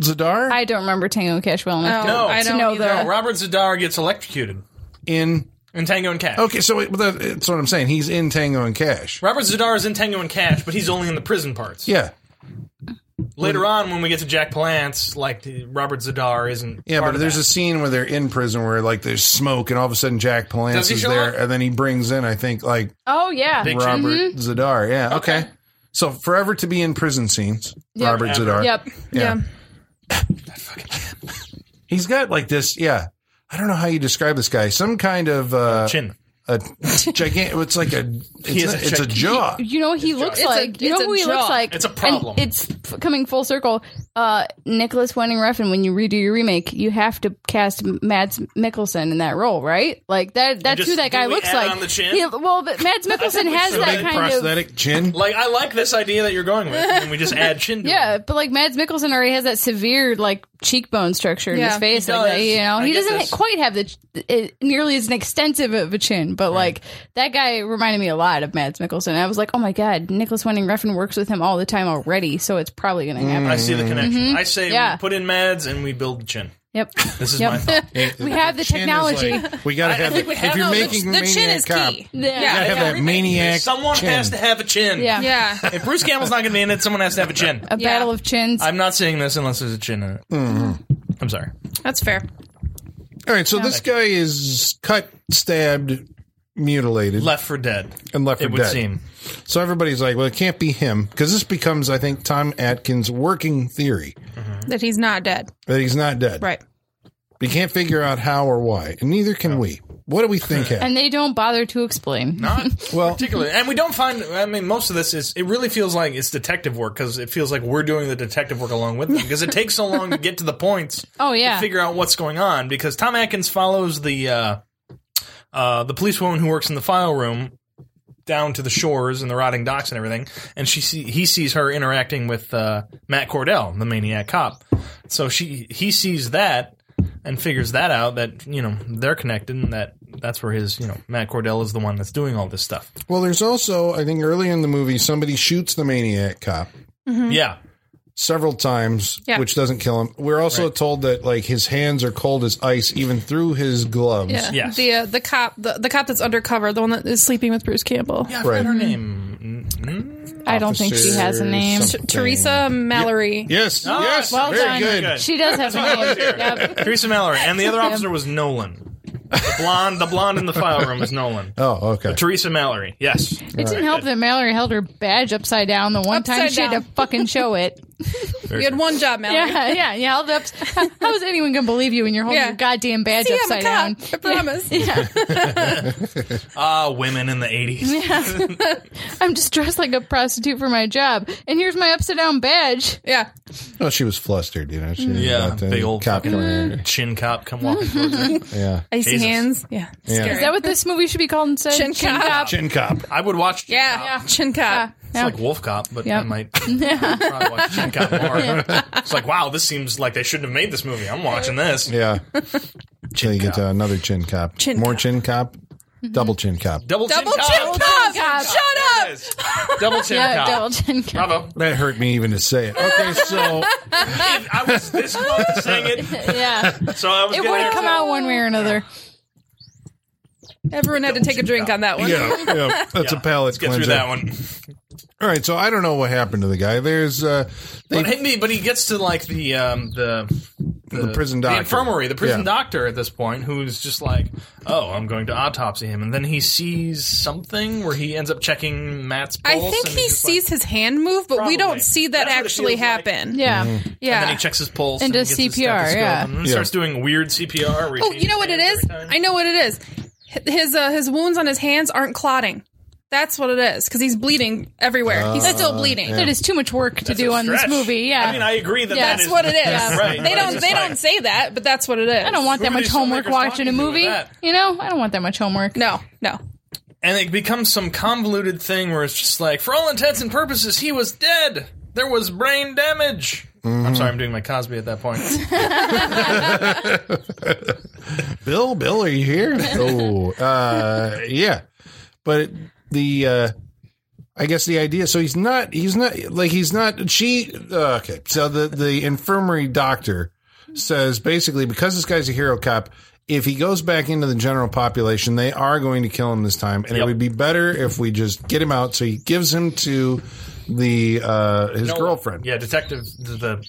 Zadar I don't remember Tango and Cash well enough. No. to- no, I to don't know either. the. no, Oh, Robert Zadar gets electrocuted in? in Tango and Cash. Okay, so wait, but that- that's what I'm saying. He's in Tango and Cash. Robert Zadar is in Tango and Cash, but he's only in the prison parts. Yeah, Later on, when we get to Jack Palance, like the- Robert Zadar isn't. yeah, part but of there's that. a scene where they're in prison where like there's smoke and all of a sudden Jack Palance Does he is show there, up? and then he brings in I think like Oh yeah. Big- Robert Mm-hmm. Zadar. Yeah, okay. Okay. So forever to be in prison scenes, Yep. Robert Zadar. Yep. Yeah. Yeah. He's got like this. Yeah, I don't know how you describe this guy. Some kind of uh, chin. a gigantic. It's like a. It's, has not- a it's a gigantic- jaw. You know what he looks It's a- like. you it's know a who he jaw. looks like. It's a And problem. it's f- coming full circle. Uh, Nicholas Winding Refn. When you redo your remake, you have to cast Mads Mikkelsen in that role, right? Like that. That's just- who that guy did we looks add like. on the chin? He- well, but Mads Mikkelsen has should. that Big kind of. prosthetic chin. Like I like this idea that you're going with, and we just add chin. To Yeah, it. but like Mads Mikkelsen already has that severe like cheekbone structure in Yeah, his face. he like that, does. you know, I he get doesn't this. quite have the ch- it, nearly as an extensive of a chin. But like that guy reminded me a lot of Mads Mikkelsen. I was like, oh my god, Nicholas Winding Refn works with him all the time already, so it's probably going to happen. I see the connection. I say Mm-hmm. Yeah. we put in Mads and we build the chin. Yep. This is Yep. my thought. we have the Chin is like- technology. we gotta I- I have think it. we have If you're no, the- making the chin maniac is cop, key. you (laughs) Yeah. gotta have that Every- maniac. Someone chin. has to have a chin. yeah. Yeah. If Bruce Campbell's not going to be in it, someone has to have a chin. A Yeah. battle of chins. I'm not seeing this unless there's a chin in it. Mm-hmm. I'm sorry. That's fair. All right, so this guy is cut, stabbed, mutilated, Left for dead. and left it for would dead. seem. So everybody's like, "Well, it can't be him," because this becomes, I think, Tom Atkins' working theory That he's not dead. that he's not dead. Right. We can't figure out how or why, and neither can we. What do we think happened? and they don't bother to explain. Not Well- particularly, and we don't find. I mean, most of this is. It really feels like it's detective work because it feels like we're doing the detective work along with them because it takes so long to get to the points. Oh, yeah. to figure out what's going on because Tom Atkins follows the uh, uh, the police woman who works in the file room down to the shores and the rotting docks and everything, and she see, he sees her interacting with uh, Matt Cordell, the maniac cop. So she he sees that and figures that out that you know they're connected and that that's where his you know Matt Cordell is the one that's doing all this stuff. Well, there's also, I think, early in the movie, somebody shoots the maniac cop Yeah, several times, Yeah. which doesn't kill him. We're also told that like his hands are cold as ice, even through his gloves. Yeah. Yes. The uh, the cop the, the cop that's undercover, the one that is sleeping with Bruce Campbell. yeah. I Right. forgot her name. Mm, I don't think she has a name. Officer something. Teresa Mallory. Yes. Oh, yes. well very done. good. Good. She does have a (laughs) name. Yep. Teresa Mallory, and the other officer was Nolan. The blonde, the blonde in the file room is Nolan. Oh, okay. Teresa Mallory, yes. It didn't help that Mallory held her badge upside down the one time Upside she had down. to fucking show it. You had one job, Mallory. (laughs) Yeah, yeah, you held up. How is anyone going to believe you when you're holding Yeah. your goddamn badge See, I'm a upside down? (laughs) cop. I promise. Ah, women in the 80s. (laughs) I'm just dressed like a prostitute for my job, and here's my upside down badge. Yeah. Oh, she was flustered, you know. She Yeah, got the big old cop fucking coming in. Chin cop come walking towards her. Yeah. Icy Jesus. hands. Yeah. Scary. Is that what this movie should be called instead? Chin cop. Chin cop. I would watch Chin yeah. Cop. Chin cop. It's like Wolf Cop, but (laughs) Yeah. I might probably watch Chin Cop more. It's like, wow, this seems like they shouldn't have made (laughs) this movie. I'm watching this. Yeah. Till you get to uh, another chin cop. Chin More cop. chin cop. Double chin cop. Double chin Double chin cop. pop. cop. Shut up. Yes. Double chin Yeah, cop. double chin (laughs) cop. Bravo. That hurt me even to say it. Okay, so I was this close to saying it, Yeah, so I was it getting would have there, come too. out one way or another. Everyone had to take a drink on that one. yeah, yeah that's a Yeah. palate Get cleanser. through that one. All right, so I don't know what happened to the guy. There's uh, they, But he, but he gets to like the um, the the, prison the doctor, infirmary, the prison Yeah. doctor at this point, who's just like, "Oh, I'm going to autopsy him," and then he sees something where he ends up checking Matt's pulse. I think and he he's just sees Like, his hand move, but we Probably. don't see that That's what it actually feels like. happen. Yeah, Yeah. and he checks his pulse And does gets his CPR, stethoscope yeah. and then Yeah. starts doing weird CPR. where he Oh, changes you know what it hands is? every time. I know what it is. H- His uh, his wounds on his hands aren't clotting. That's what it is because he's bleeding everywhere. he's still Ah. bleeding. That is too much work to That's do a on this stretch. movie. Yeah, I mean, I agree that Yeah. that That's is- what it is. (laughs) Right. They But it's don't just they like- don't say that, but that's what it is. I don't want that Who much do homework filmmakers watching a talking to with movie. that? You know, I don't want that much homework. No, no. and it becomes some convoluted thing where it's just like, for all intents and purposes, he was dead. There was brain damage. Mm-hmm. I'm sorry, I'm doing my Cosby at that (laughs) point. Bill, Bill, are you here? oh, uh, yeah. But the, uh, I guess the idea. So he's not. He's not like he's not. She. Uh, okay. So the the infirmary doctor says basically because this guy's a hero cop. If he goes back into the general population, they are going to kill him this time, and it Yep. would be better if we just get him out. So he gives him to the uh, his Nolan. girlfriend. Yeah, detective, the the,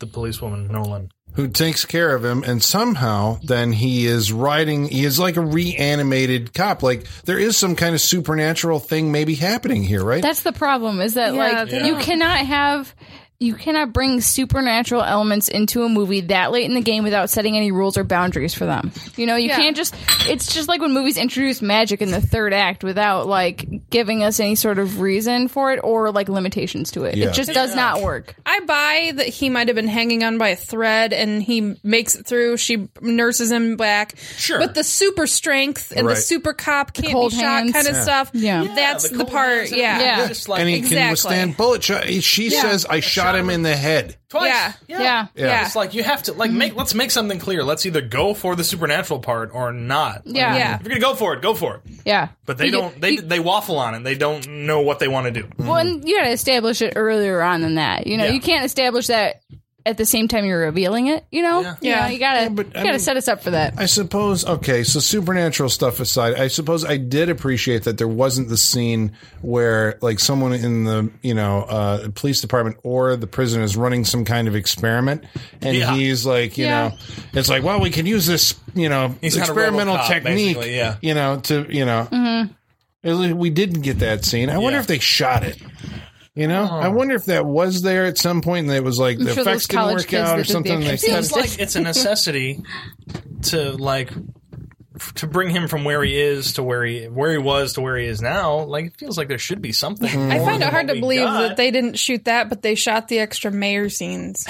the policewoman Nolan. who takes care of him and somehow then he is riding he is like a reanimated cop like there is some kind of supernatural thing maybe happening here right That's the problem. Is that Yeah, like they you don't- cannot have. You cannot bring supernatural elements into a movie that late in the game without setting any rules or boundaries for them. You know, you Yeah. can't just. It's just like when movies introduce magic in the third act without like giving us any sort of reason for it or like limitations to it. Yeah. It just does not work. I buy that he might have been hanging on by a thread and he makes it through. She nurses him back. Sure. But the super strength and Right. the super cop can't cold be shot hands. kind of stuff. Yeah. Yeah, That's the, part. Yeah. Yeah. Just like and he can Exactly. withstand bullet shot she says i shot him in the head twice. Yeah. Yeah. Yeah. It's like you have to like make. Let's make something clear. Let's either go for the supernatural part or not. Like, Yeah. Yeah. if you're gonna go for it, go for it. Yeah. But they You- don't. They you- they waffle on it. They don't know what they want to do. Well, and you got to establish it earlier on than that. You know, Yeah. you can't establish that at the same time you're revealing it. You know, Yeah. You, know, Yeah. you gotta but, you I gotta mean- set us up for that. I suppose okay, so supernatural stuff aside, I suppose I did appreciate that there wasn't the scene where like someone in the, you know, uh police department or the prison is running some kind of experiment and Yeah. he's like, you Yeah. know, it's like, well, we can use this, you know, He's kinda experimental Robocop, technique, basically, yeah. you know, to, you know. Mm-hmm. At least We didn't get that scene. I wonder Yeah. Oh. if they shot it. You know, I wonder if that was there at some point, and it was like the sure effects those didn't college work kids out that or did the something. They extra cut It's like it's a necessity to like f- to bring him from where he is to where he where he was to where he is now. Like it feels like there should be something. I find it than hard what to we believe got. that they didn't shoot that, but they shot the extra mayor scenes.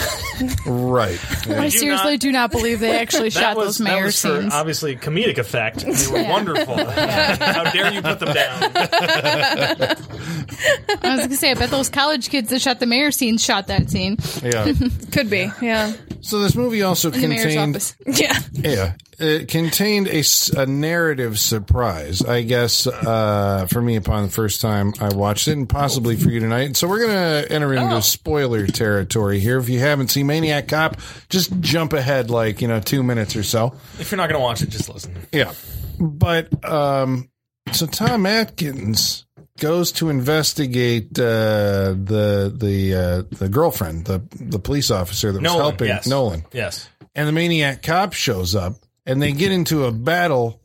right. Yeah. I seriously not- do not believe they (laughs) actually shot those mayor that was for um, scenes. obviously comedic effect. They were wonderful. (laughs) How dare you put them down? I was gonna say, I bet those college kids that shot the mayor scenes shot that scene. yeah. Could be. Yeah. So this movie also The mayor's contained office. Yeah. (laughs) yeah, it contained a, s- a narrative surprise, I guess, uh, for me upon the first time I watched it, and possibly for you tonight. So we're gonna enter into Oh. spoiler territory here. If you haven't seen Maniac Cop, just jump ahead like you know two minutes or so. If you're not going to watch it, just listen. Yeah. But um so Tom Atkins goes to investigate uh the the uh the girlfriend, the the police officer that was Nolan, helping yes. Nolan. Yes. And the maniac cop shows up and they get into a battle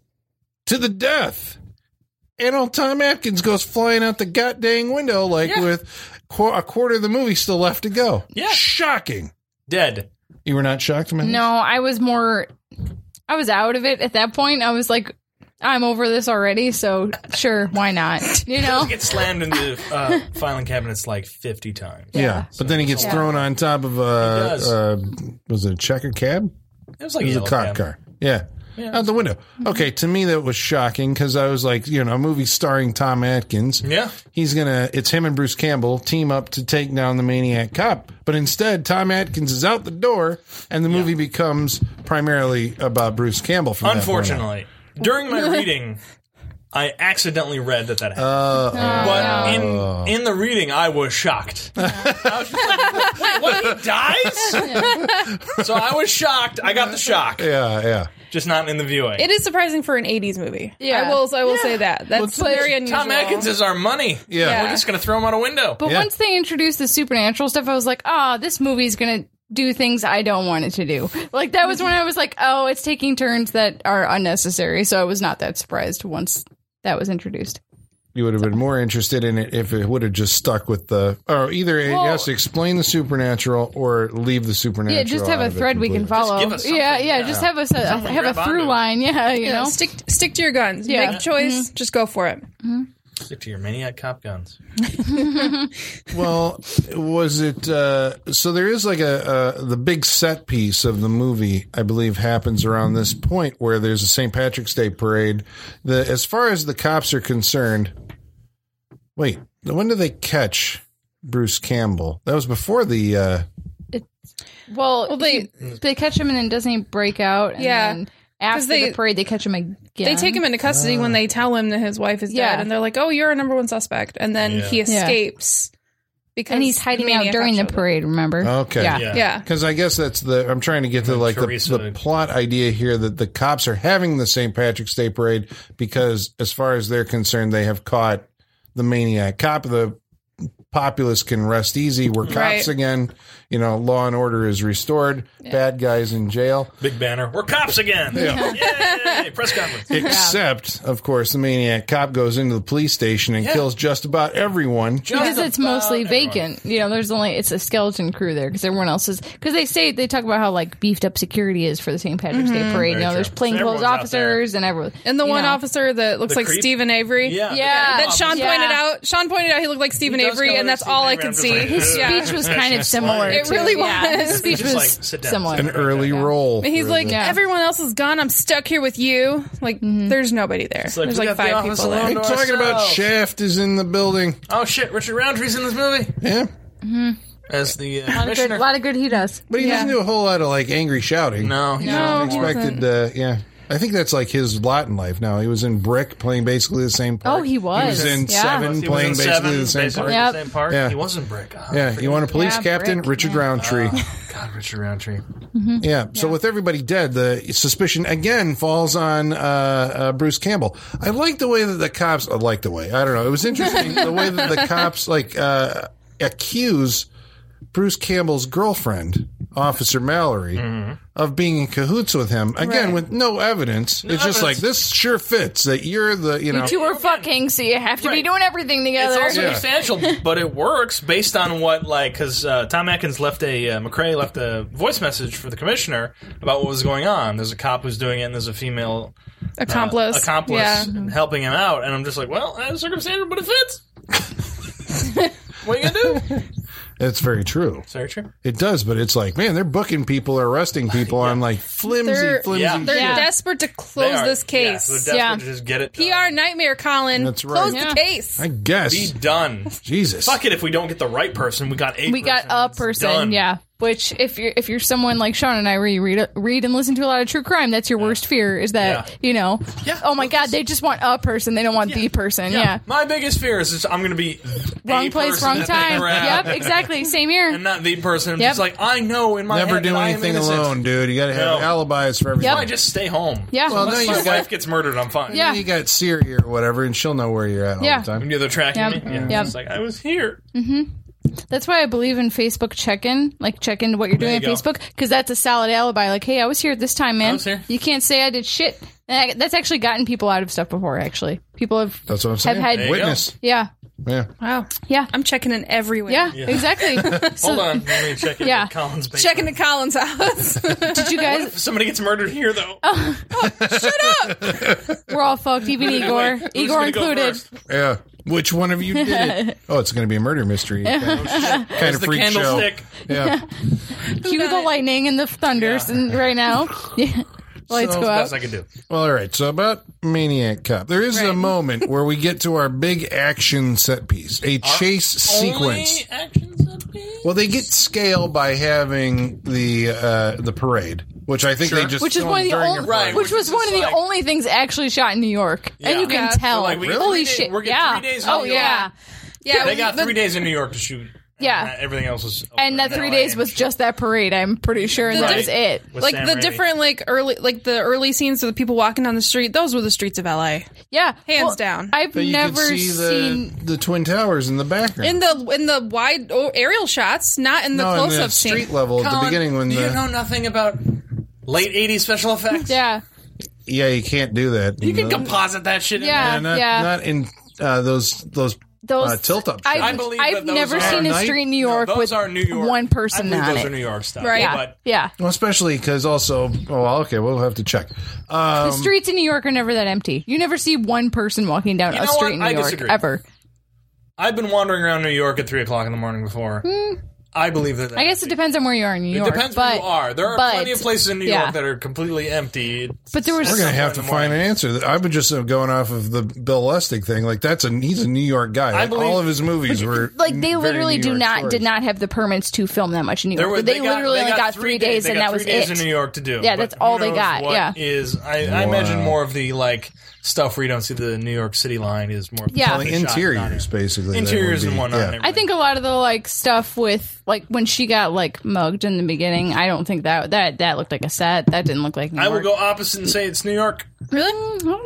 to the death. And old Tom Atkins goes flying out the goddamn window like Yeah. with qu- a quarter of the movie still left to go. Yeah. Shocking. Dead. You were not shocked, man? No, I was more. I was out of it at that point. I was like, I'm over this already. So sure, why (laughs) not? You know, Gets slammed into uh, filing cabinets like 50 times. Yeah. But then he gets thrown on top of a, does. uh, was it a checker cab? It was like It was a yellow cop cab. car. Yeah. Out the window. Okay, to me that was shocking because I was like, you know, a movie starring Tom Atkins. Yeah. He's gonna it's him and Bruce Campbell team up to take down the maniac cop. But instead Tom Atkins is out the door and the movie becomes primarily about Bruce Campbell from that point on. (laughs) Unfortunately, during my reading, I accidentally read that that happened. Oh, but in in the reading, I was shocked. (laughs) I was just like, wait, what? He dies? (laughs) so I was shocked. I got the shock, Yeah, yeah. just not in the viewing. It is surprising for an '80s movie. Yeah. I will. I will say that. That's But- very unusual. Tom Atkins is our money. Yeah. we're just gonna throw him out a window. But Yeah. once they introduced the supernatural stuff, I was like, oh, this movie's going to do things I don't want it to do. Like, that was when I was like, oh, it's taking turns that are unnecessary. So I was not that surprised once that was introduced. You would have been more interested in it if it would have just stuck with the, or either it Well- has to explain the supernatural or leave the supernatural. Yeah, just have out a of it thread we can completely. follow. give us something, yeah, yeah, yeah. just have us a, Something to have a grab through onto. line. Yeah, you Yeah, know. stick stick to your guns. Yeah. Make a choice. Just go for it. Stick to your maniac cop guns. Well, was it uh, so? There is like a, a the big set piece of the movie, I believe, happens around this point where there's a St. Patrick's Day parade. The as far as the cops are concerned, wait, when do they catch Bruce Campbell? That was before the. Uh, well, Well, they they catch him and then doesn't he break out? And Yeah. then after 'Cause they- the parade, they catch him again. they take him into custody Ah. when they tell him that his wife is Yeah. dead, and they're like, "Oh, you're a number one suspect," and then he Yeah. escapes because and he's hiding out Maniac during the captured him. parade. Remember? Oh. Okay. Yeah. Yeah. Yeah. Because I guess that's the I'm trying to get to like the, Teresa. the plot idea here that the cops are having the St. Patrick's Day parade because as far as they're concerned, they have caught the maniac cop. The populace can rest easy. We're cops Right. again. You know, law and order is restored. Bad guys in jail. Big banner. We're cops again. (laughs) Yay! Press conference. Except, of course, the maniac cop goes into the police station and kills just about everyone. because Just it's mostly about everyone. vacant. You know, there's only it's a skeleton crew there because everyone else is because they say they talk about how like beefed up security is for the St. Patrick's Day parade. Very you know, there's true. So plainclothes everyone's out officers and everyone. Mm-hmm. And the you one know. officer that looks The like creep? Stephen Avery. Yeah. Yeah. That Sean Yeah. pointed out. Sean pointed out he looked like Stephen He does Avery, kinda and look that's like all I Stephen can Avery. see. His yeah. Speech was kind of similar. It to- really yeah, was. His speech Just was (laughs) like, sit down, similar. sit An early role. And he's for like, the- Yeah. Mm-hmm. everyone else is gone. I'm stuck here with you. Like, there's nobody there. like, there's we like got the five office people there. alone. I'm talking about ourselves. Shaft is in the building. Oh shit! Richard Roundtree's in this movie Yeah. Mm-hmm. as the uh, A lot of good- commissioner. lot of good he does. But he doesn't do a whole lot of like angry shouting. No, he's not. No, he wasn't. expected. Uh, yeah, I think that's like his lot in life now. He was in Brick playing basically the same part. Oh, he was. He was in Yeah. Seven He was playing in basically Seven, the same basically part. Yep. the same part. Yeah. He wasn't brick. Oh, Yeah, you want a police Yeah, captain, Brick, Richard yeah. Roundtree. God, Richard Roundtree. yeah. So with everybody dead, the suspicion again falls on uh, uh, Bruce Campbell. I like the way that the cops. I like the way. I don't know. It was interesting the way that the cops like uh, accuse Bruce Campbell's girlfriend, Officer Mallory, of being in cahoots with him again Right. with no evidence. it's just like evidence. this sure fits that you're the you know You two are fucking, so you have to be Right. doing everything It's together. all Yeah. substantial, (laughs) but it works based on what like because uh, Tom Atkins left a uh, McRae left a voice message for the commissioner about what was going on. There's a cop who's doing it, and there's a female Accomplice. accomplice Yeah. helping him out, and I'm just like, well, that's circumstantial, but it (laughs) fits. what are you gonna do? it's very true. Sorry, true. It does, but it's like man, they're booking people, arresting people on like flimsy, They're- flimsy. Yeah. They're Yeah. desperate to They close are- this Yeah, case. they're desperate Yeah. to just get it. PR nightmare, Colin. That's right. Close Yeah. the case. I guess. Be done. Jesus. Fuck it. If we don't get the right person, we got a. we got person. a It's person, done. yeah. Which, if you're if you're someone like Sean and I, where you read read and listen to a lot of true crime, that's your worst fear is that Yeah. you know, Yeah. oh my god, they just want a person, they don't want the person, yeah. My biggest fear is just, I'm going to be Wrong a place, person wrong that they time. grab Yep, exactly. Same And here. not the person. Yep. It's like I know in my Never head do that I am anything innocent. alone, dude. You got to have No. alibis for everything. I just stay home. Yeah. Well, Unless no, my you got- wife gets murdered, I'm fine. Yeah. You got Siri or whatever, and she'll know where you're at all Yeah. the time. When you're tracking Yep. me, yeah, Yep. it's just like I (laughs) was here. That's why I believe in Facebook check-in, like check into what you're doing you on go. Facebook, because that's a solid alibi. Like, hey, I was here at this time, man. was here. You can't say I did shit. And I, that's actually gotten people out of stuff before. Actually, people have That's what I'm saying. Have had- There you Witness. yeah, Yeah. Wow. yeah, I'm checking in everywhere. yeah, (laughs) exactly. so, Hold on, let me check. Yeah. Yeah, Collins. basement. Checking to Colin's house. (laughs) did you guys? If somebody gets murdered here, though, Oh, We're all fucked, even Igor, who's Igor gonna go included. first? Yeah. Which one of you did (laughs) it? Oh, it's going to be a murder Oh, mystery. kind of The freak candlestick. show. Yeah. (laughs) Cue the lightning and the thunders, and right now, yeah. Lights So go it's the out. best I could do. Well, all right. So about Maniac Cop, there is a Right. moment where we get to our big action set piece, a chase sequence. Only actions would be- Well, they get scale by having the uh, the parade, which I think they Sure. just which is filmed one of the during a only, parade. Right, which which was is one of the like- only things actually shot in New York, and you can Yeah. tell. Like, we get Holy three day- shit! we're getting yeah. three days in oh New York. yeah. Yeah, They we- got but- three days in New York to shoot. Yeah. And everything else was. And that three days was just that parade. I'm pretty sure and Right. that was it. With like Sam the Raimi. different like early like the early scenes of the people walking down the street those were the streets of la Yeah, Hands down. I've But you never could see seen. the, the twin towers in the background. in the in the wide oh, aerial shots not in the no, in the close-up street scene level at the Colin, beginning when do the you know nothing about late '80s special effects? Yeah, yeah you can't do that. You can composite that shit. Yeah. In yeah, not, Yeah. not in uh, those those those uh, tilt up. I I've, believe that I've those never are- seen a Night- street in New there. York No, with those are New York. one person I believe on those it. are New York stuff. Right. yeah, But yeah. Well, especially because also, oh, okay, we'll have to check. Um, the streets in New York are never that empty. You never see one person walking down You a know what? street in New I York disagree. ever. I've been wandering around New York at three o'clock in the morning before. I believe that. Hmm. I guess it depends on where you are in New York. It depends but, where you are. There are but- plenty of places in New yeah. York that are completely empty. But there was we're gonna have to in the find an morning. answer. I've been just uh, going off of the Bill Lustig thing. Like that's a he's a New York guy. Like, believe- all of his movies were like they very literally New do York not stories. did not have the permits to film that much in New York. There were, they, literally got, only they got three day- days, they and got that three was days it. in New York to do. Yeah, but that's all who they knows got, what yeah. is I, I imagine more of the like stuff where you don't see the New York City line is more. Yeah. probably Like shot down. interiors basically. that interiors would and be- whatnot. and yeah. I everything. think a lot of the like stuff with like when she got like mugged in the beginning. I don't think that that that looked like a set. That didn't look like New I will York. go opposite and say it's New York really. Mm, I don't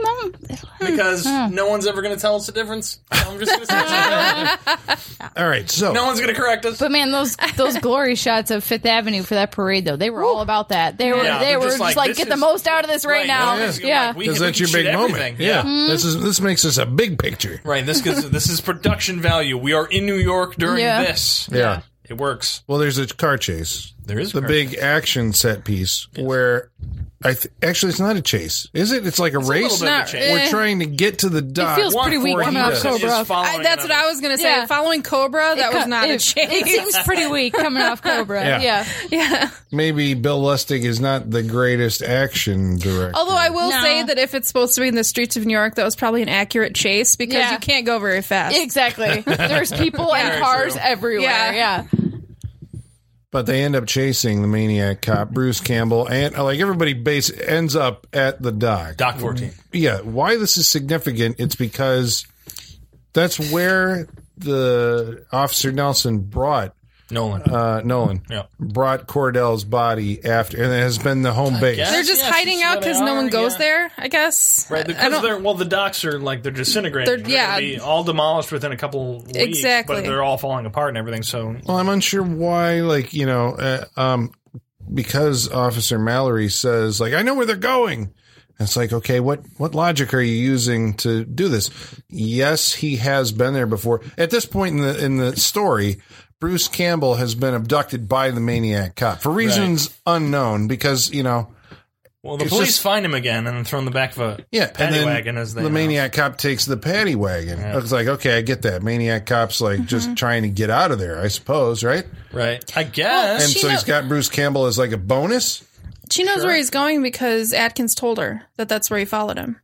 know. because no one's ever going to tell us the difference. I'm just going to say it's New (laughs) York. All right, so no one's going to correct us. But man, those those glory shots of Fifth Avenue for that parade though, they were all about that. They were Yeah, they they're were just just like, like, this get the is- most out of this right, Right, now. yeah, it's gonna be Yeah. Hmm. like, we- because can- that's your shoot big moment. everything, Yeah, yeah. Mm-hmm. this is this makes us a big picture. Right, this gives this is production value. We are in New York during Yeah. this. Yeah. It works. Well, there's a car chase. There is the car big action set piece where I th- actually it's not a chase, is it? It's like a little race. bit of a Not- change. We're eh. trying to get to the dot. feels pretty weak before coming he out does. of Cobra. Is following I, that's what another. i was gonna say Yeah. following cobra that was not (laughs) a it, chase It seems pretty weak coming off Cobra. Yeah. Yeah. yeah Maybe Bill Lustig is not the greatest action director. Oh. although i will No. say that if it's supposed to be in the streets of new york that was probably an accurate chase because Yeah. you can't go very fast Exactly. There's people and Very cars true. everywhere. Yeah. Yeah. But they end up chasing the maniac cop, Bruce Campbell, and uh, like everybody base ends up at the dock. Doc 14. Yeah, why this is significant? It's because that's where the officer Nelson brought Nolan. uh, Nolan Yeah. brought Cordell's body after, and it has been the home base. guess. they're just Yes, hiding that's out where they because no are, one goes yeah. there i guess Right, I- I because don't- they're well, the docks are like they're disintegrating. They're- They're, yeah. gonna be all demolished within a couple weeks, Exactly. but they're all falling apart and everything. So Well, I'm unsure why, like, you know, uh, um, because Officer Mallory says, like, I know where they're going. It's like, okay, what, what logic are you using to do this? Yes, he has been there before. At this point in the, in the story, Bruce Campbell has been abducted by the maniac cop for reasons unknown because, you know, well, the It's police just- find him again and then throw him in the back of a yeah, paddy wagon as they the maniac cop takes the paddy wagon. Yeah. It's like, okay, I get that. Maniac cop's Mm-hmm. like just trying to get out of there, I suppose, right? Right, I guess. And She so kno- he's got Bruce Campbell as like a bonus. she knows where he's going because atkins told her that that's where he followed him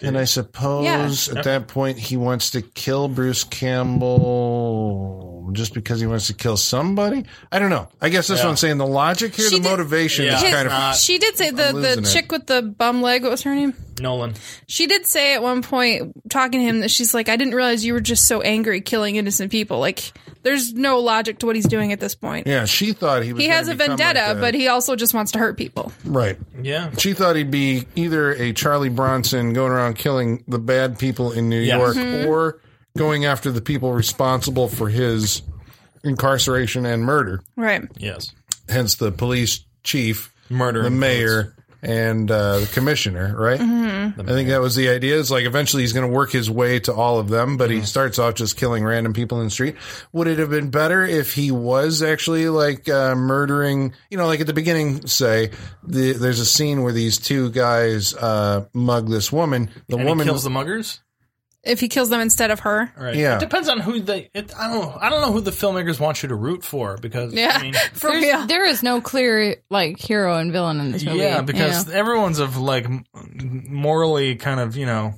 And I suppose at that point he wants to kill Bruce Campbell just because he wants to kill somebody. I don't know. I guess that's what I'm saying. The logic here, She the did- motivation Yeah. is His- kind Uh, of. she did say the, losing the it. chick with the bum leg what was her name Nolan. She did say at one point, talking to him, that she's like, I didn't realize you were just so angry killing innocent people. Like, there's no logic to what he's doing at this point. Yeah, she thought he was. He gonna has a become vendetta, like a- but he also just wants to hurt people. right. Yeah, She thought he'd be either a Charlie Bronson going around killing the bad people in New Yes. York, or going after the people responsible for his incarceration and murder. Right. yes, Hence the police chief murder. the and mayor and uh, the commissioner, right? I think that was the idea. Is like eventually he's going to work his way to all of them, but Mm-hmm. he starts off just killing random people in the street. Would it have been better if he was actually like uh, murdering? You know, like at the beginning, say the, there's a scene where these two guys uh, mug this woman. The And he woman kills the muggers. if he kills them instead of her. Right. Yeah. It depends on who the. It, I don't know. I don't know who the filmmakers want you to root for because Yeah, I (laughs) mean, for There's- real. There is no clear like hero and villain in this movie. yeah, because you know? everyone's of like m- morally kind of you know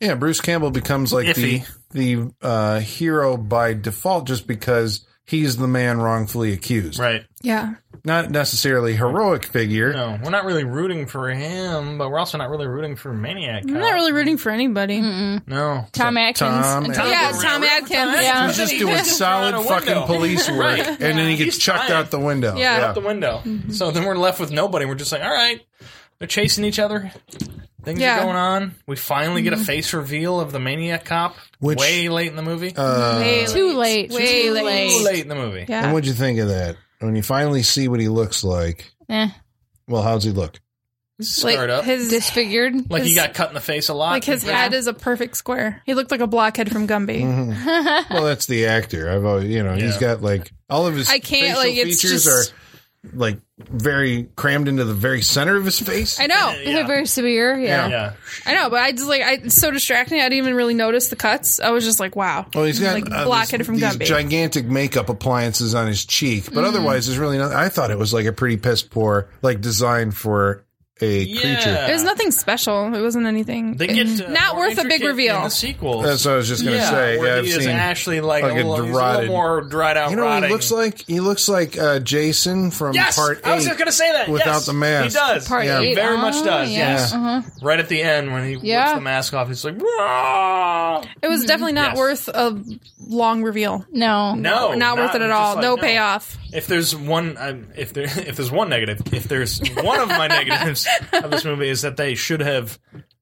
Yeah, Bruce Campbell becomes like Iffy. the the uh, hero by default just because he's the man wrongfully accused. right. Yeah, Not necessarily heroic figure. No, we're not really rooting for him, but we're also not really rooting for Maniac. I'm Cop. not really rooting for anybody. No. Tom Atkins. uh, Tom and Atkins. Yeah, Around- Tom around Atkins. time. Yeah. He's just He (laughs) doing just solid threw out a fucking window. police work, (laughs) Right. and then he gets He's chucked trying. out the window. Yeah. Out the window. Mm-hmm. So then we're left with nobody. We're just like, all right, they're chasing each other. Things Yeah. Mm-hmm. are going on. We finally get a face reveal of the Maniac Cop. Which- way late in the movie. Way Too late. Way Too late. Too late. late in the Uh, movie. And Yeah, what'd you think of that when you finally see what he looks like? Eh, Well, how's he look? Scarred like up. his disfigured. like he his- (laughs) got cut in the face a lot. like his head is a perfect square. He looked like a blockhead from Gumby. Mm. Mm-hmm. Well, that's the actor. I've always, you know, he's Yeah. got like all of his I can't, facial like, it's features just- are like very crammed into the very center of his face. I know, They're (laughs) very severe. Yeah. Yeah. I know, but I just like I, it's so distracting. I didn't even really notice the cuts. I was just like, wow. Well, he's got like uh, blockhead these- from these Gumby. Mm-hmm. gigantic makeup appliances on his cheek, but otherwise, there's really no. I thought it was like a pretty piss poor like design for a creature. There's nothing special. It wasn't anything. They get uh, not more worth a big intricate reveal. In the sequels. That's what I was just gonna say. where Yeah, he I've is seen. actually like, like a a, little, he's a rotted- little more dried out. you know, what rotting. he looks like he looks like uh, Jason from yes. part eight. I was just gonna say that without Yes, the mask. He does. Part Yeah. eight. Very Ah, Oh, much does. yeah. Yes. Uh-huh. Right at the end when he Yeah. rips the mask off, he's like, "Rah!" it was definitely not Mm-hmm. Yes. worth a long reveal. No. no, not, worth it at just all. like, no, payoff. If there's one, um, if there, (laughs) if there's one negative, if there's one (laughs) of my negatives of this movie is that they should have,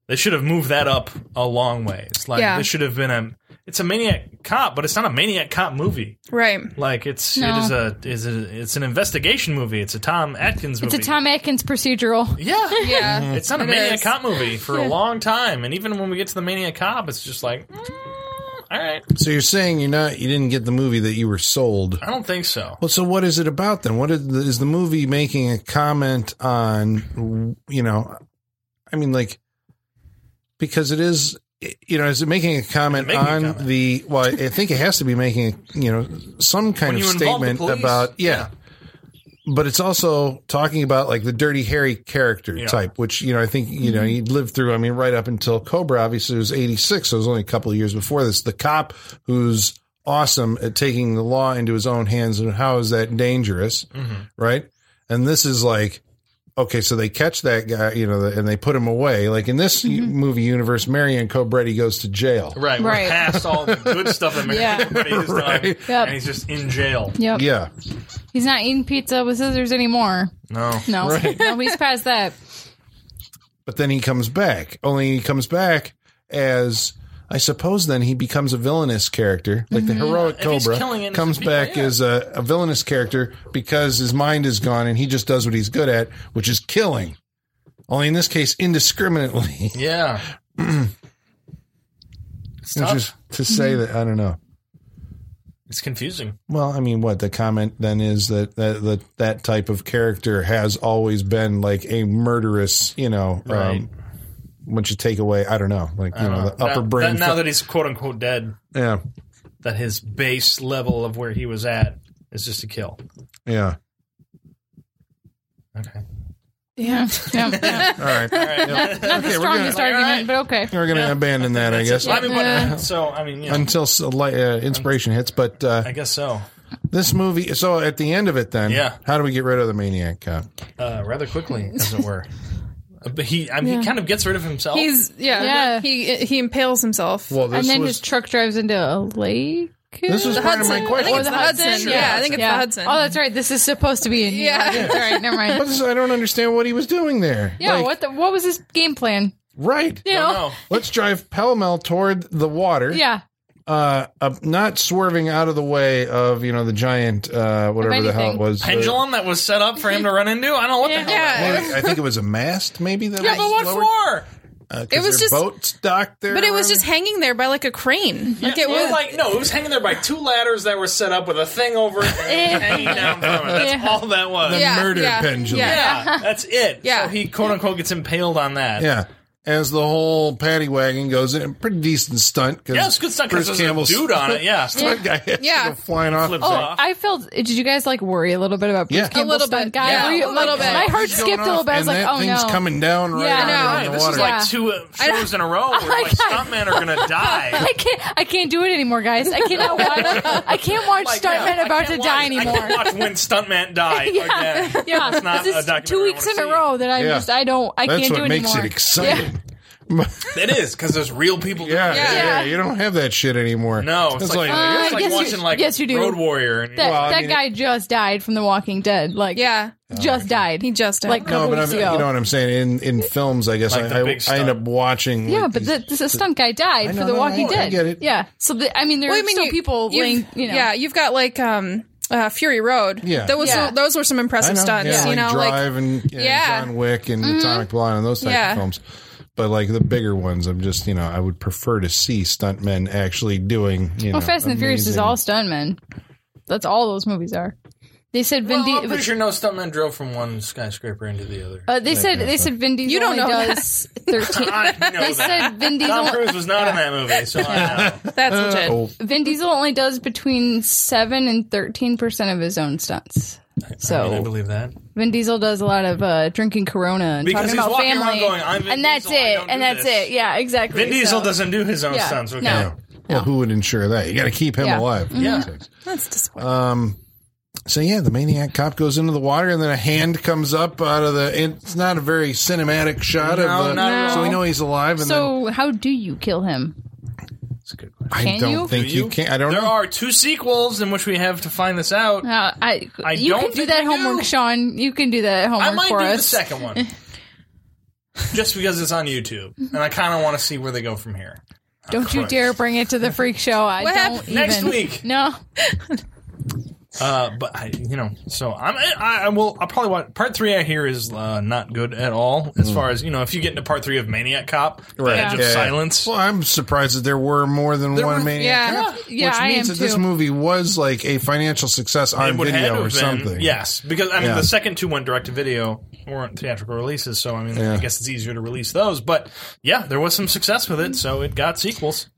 they should have moved that up a long way. It's like Yeah. this should have been a. It's a maniac cop, but it's not a maniac cop movie. Right. Like it's No. it is a is a, it's an investigation movie. It's a Tom Atkins It's movie. a Tom Atkins procedural. Yeah, Yeah. It's not a It maniac is. cop movie for a long time, and even when we get to the maniac cop, it's just like, mm, all right, So you're saying you're not you didn't get the movie that you were sold. I don't think so. Well, so what is it about then? What is the, is the movie making a comment on? You know, I mean, like because it is. You know, is it making a comment making a on comment? the? Well, I think it has to be making you know some kind When of you involve the statement police. about yeah. But it's also talking about like the dirty Harry character Yeah. type, which you know I think you know he lived through. I mean, right up until Cobra, obviously it was eighty six, so it was only a couple of years before this. The cop who's awesome at taking the law into his own hands, and how is that dangerous, right? And this is like okay, so they catch that guy, you know, and they put him away. Like in this u- movie universe, Marion Cobretti goes to jail. Right, we're Right. past all (laughs) the good stuff that Mary Yeah. everybody has done, Right. Yep. and he's just in jail. Yep. Yeah. He's not eating pizza with scissors anymore. No, No. (laughs) No, he's past that. But then he comes back. Only he comes back as I suppose then he becomes a villainous character, like the heroic Mm-hmm. If he's Cobra killing innocent comes people, back yeah. as a, a villainous character because his mind is gone and he just does what he's good at, which is killing. Only in this case, indiscriminately, (laughs) (clears throat) yeah, it's which tough. is to say Mm-hmm. that I don't know. it's confusing. Well, I mean, what the comment then is that that that, that type of character has always been like a murderous, you know. Right. Um, once you take away, I don't know, like you know, the upper Now- brain. that- now that he's quote unquote dead, yeah, that his base level of where he was at is just to kill. yeah. Okay, Yeah. (laughs) No. All right, Not the we're strongest gonna- argument, but okay. we're gonna abandon that, I guess, So, I mean, but, so I mean, you know, until s- li- uh, inspiration hits. But I uh, guess so. this movie. So at the end of it, then, Yeah. How do we get rid of the maniac cop? uh, rather quickly, as it were. Uh, But he, I mean, he kind of gets rid of himself. (laughs) He's yeah, Yeah. He he impales himself. Well, And this then was (laughs) his truck drives into a lake. this was the part of Hudson. my I question. think it's the Hudson. Yeah, I think it's the Yeah. Hudson. Oh, that's right. This is supposed to be in New Yeah. yeah. York. That's right. (laughs) Never But mind. this- I don't understand what he was doing there. Yeah. Like, Uh, what the? What was his game plan? Right. You know. Don't know. Let's drive pell mell toward the water. Yeah. uh, uh, not swerving out of the way of you know the giant uh, whatever the hell it anything. was the- pendulum that was set up for him to run into. I don't know what the hell. that yeah. Well, I think it was a mast, maybe. That was. Yeah, but what for? it was just boats docked there, But it was around? just hanging there by like a crane. Like It it was was. like no, it was hanging there by two ladders that were set up with a thing over it and hanging down from it. That's Yeah. all that was. the Yeah, murder yeah, pendulum. yeah. Yeah, that's it. Yeah. So he quote unquote gets impaled on that. Yeah. as the whole paddy wagon goes in. Pretty decent stunt. Cause Yeah, it's good stuff Bruce because there's a Campbell's- (laughs) dude on it. Yeah. stunt guy has to Yeah. go flying off. Flips Oh, off. I felt. Did you guys like worry a little bit about Bruce uh, Yeah. A Campbell little stunt bit. guy? Yeah, Were you- a little like, bit. My heart He's skipped a going little off, bit. I and was like, that oh thing's no. coming down right Yeah, I on know. him Right, in the this is water. like Yeah. two uh, shows in a row where like stuntmen are gonna die. (laughs) I can't. I can't do it anymore, guys. I (laughs) Oh cannot watch. I can't watch Like, stuntmen yeah, I about can't to watch- die I anymore. can't watch when stuntmen die (laughs) Yeah. again. Yeah, That's not this a is documentary two I weeks wanna in a see. row that I Yeah. just I don't I That's can't what do it makes anymore. it exciting. It is because there's real people. Yeah, yeah, doing it. Yeah. You don't have that shit anymore. No, it's, like, Uh, it's like yes, you- watching like yes, you do. Road Warrior. And, That, Well, I that mean, guy just died from The Walking Dead. Like, Yeah. just died. He just died. like a no, couple but I'm, weeks you ago. know what I'm saying. In in films, I guess Like the I, I, big I end stunt. up watching. yeah, like, but these- the, this- a stunt guy died know, for The no, Walking I Dead. get it. Yeah, so the, I mean, there Well, are still you- people you've- laying. You know, Yeah, you've got like um, uh, Fury Road. Yeah. those Yeah. were- those were some I impressive know, stunts. yeah, you like know, Drive like and yeah, Yeah. John Wick and Mm-hmm. Atomic Blonde and those type Yeah. of films. But like the bigger ones, I'm just you know I would prefer to see stuntmen actually doing. You well, know, Fast and the Furious is amazing- all stuntmen. That's all those movies are. They said Vin. well, I'm Di- pretty sure no stuntman drove from one skyscraper into the other. uh, they said they said Vin Diesel You don't only (laughs) know does thirteen. I know they that. said Vin Tom Diesel. Cruise was not in that movie, so I (laughs) know. that's legit. Oh, Vin Diesel only does between seven and thirteen percent of his own stunts. So I mean, I believe that. Vin Diesel does a lot of uh, drinking Corona and Because talking he's about walking around family, going, "I'm Vin and that's Diesel, I it, don't and do that's this." it. Yeah, exactly. Vin Diesel so- doesn't do his own Yeah. stunts. Okay. No. well, who would ensure that? You got to keep him Yeah. Mm-hmm. alive. for Yeah. God's sakes. That's disappointing. So yeah, the maniac cop goes into the water, and then a hand comes up out of the. It's not a very cinematic shot No, of the. not at So we all. know he's alive, and So how do you kill him? That's a good question. then I can don't you? think Do you? you? can. I don't There know. are two sequels in which we have to find this out. Uh, I, I you don't can do think that you homework, do. Sean. You can do that homework I might do for us. the (laughs) second one. Just because it's on YouTube. And I kind of want to see where they go from here. Don't you dare bring it to the freak show. I What don't happened? even. Next week. No. Uh, but I, you know, so I'm, I, I will, I'll probably watch part three. I hear is uh, not good at all as far as you know. If you get into part three of Maniac Cop, Hmm. Right. the Edge of Yeah, yeah. Silence, Well, I'm surprised that there were more than one maniac yeah. cop. Yeah, which I means am that this too. movie was like a financial success it on would have video to or have been- something. Yes, because I mean Yeah. the second two went direct to video, weren't theatrical releases. So I mean, I guess it's easier to release those. But yeah, there was some success with it, so it got sequels.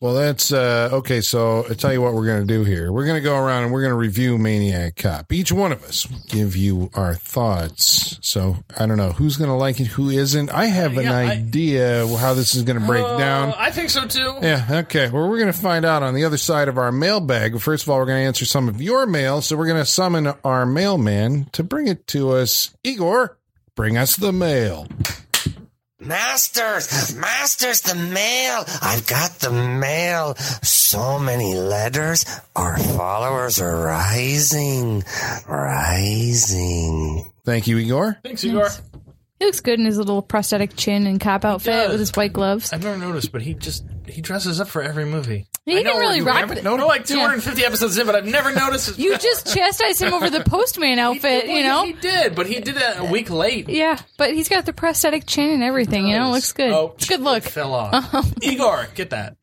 Well, that's uh, okay. So I tell you what we're going to do here. We're going to go around and we're going to review Maniac Cop. Each one of us will give you our thoughts. So I don't know who's going to like it, who isn't. I have an Yeah, I- idea how this is going to break Oh, down. Uh, I think so too. Yeah, okay. Well, we're going to find out on the other side of our mailbag. First of all, we're going to answer some of your mail. So we're going to summon our mailman to bring it to us. Igor, bring us the mail. Masters, masters, the mail. I've got the mail. So many letters. Our followers are rising, rising. Thank you, Igor. Thanks, Igor. He looks good in his little prosthetic chin and cop outfit does. with his white gloves. I've never noticed, but he just he dresses up for every movie. He didn't really rock it. No, no, like Yeah. 250 episodes in, but I've never noticed. his- You just chastised him over the postman outfit, Well, you yeah, know? (laughs) he did, but he did that a week late. Yeah, but he's got the prosthetic chin and everything, you know? It looks good. Oh, It's a good look. It fell off. Igor, get that.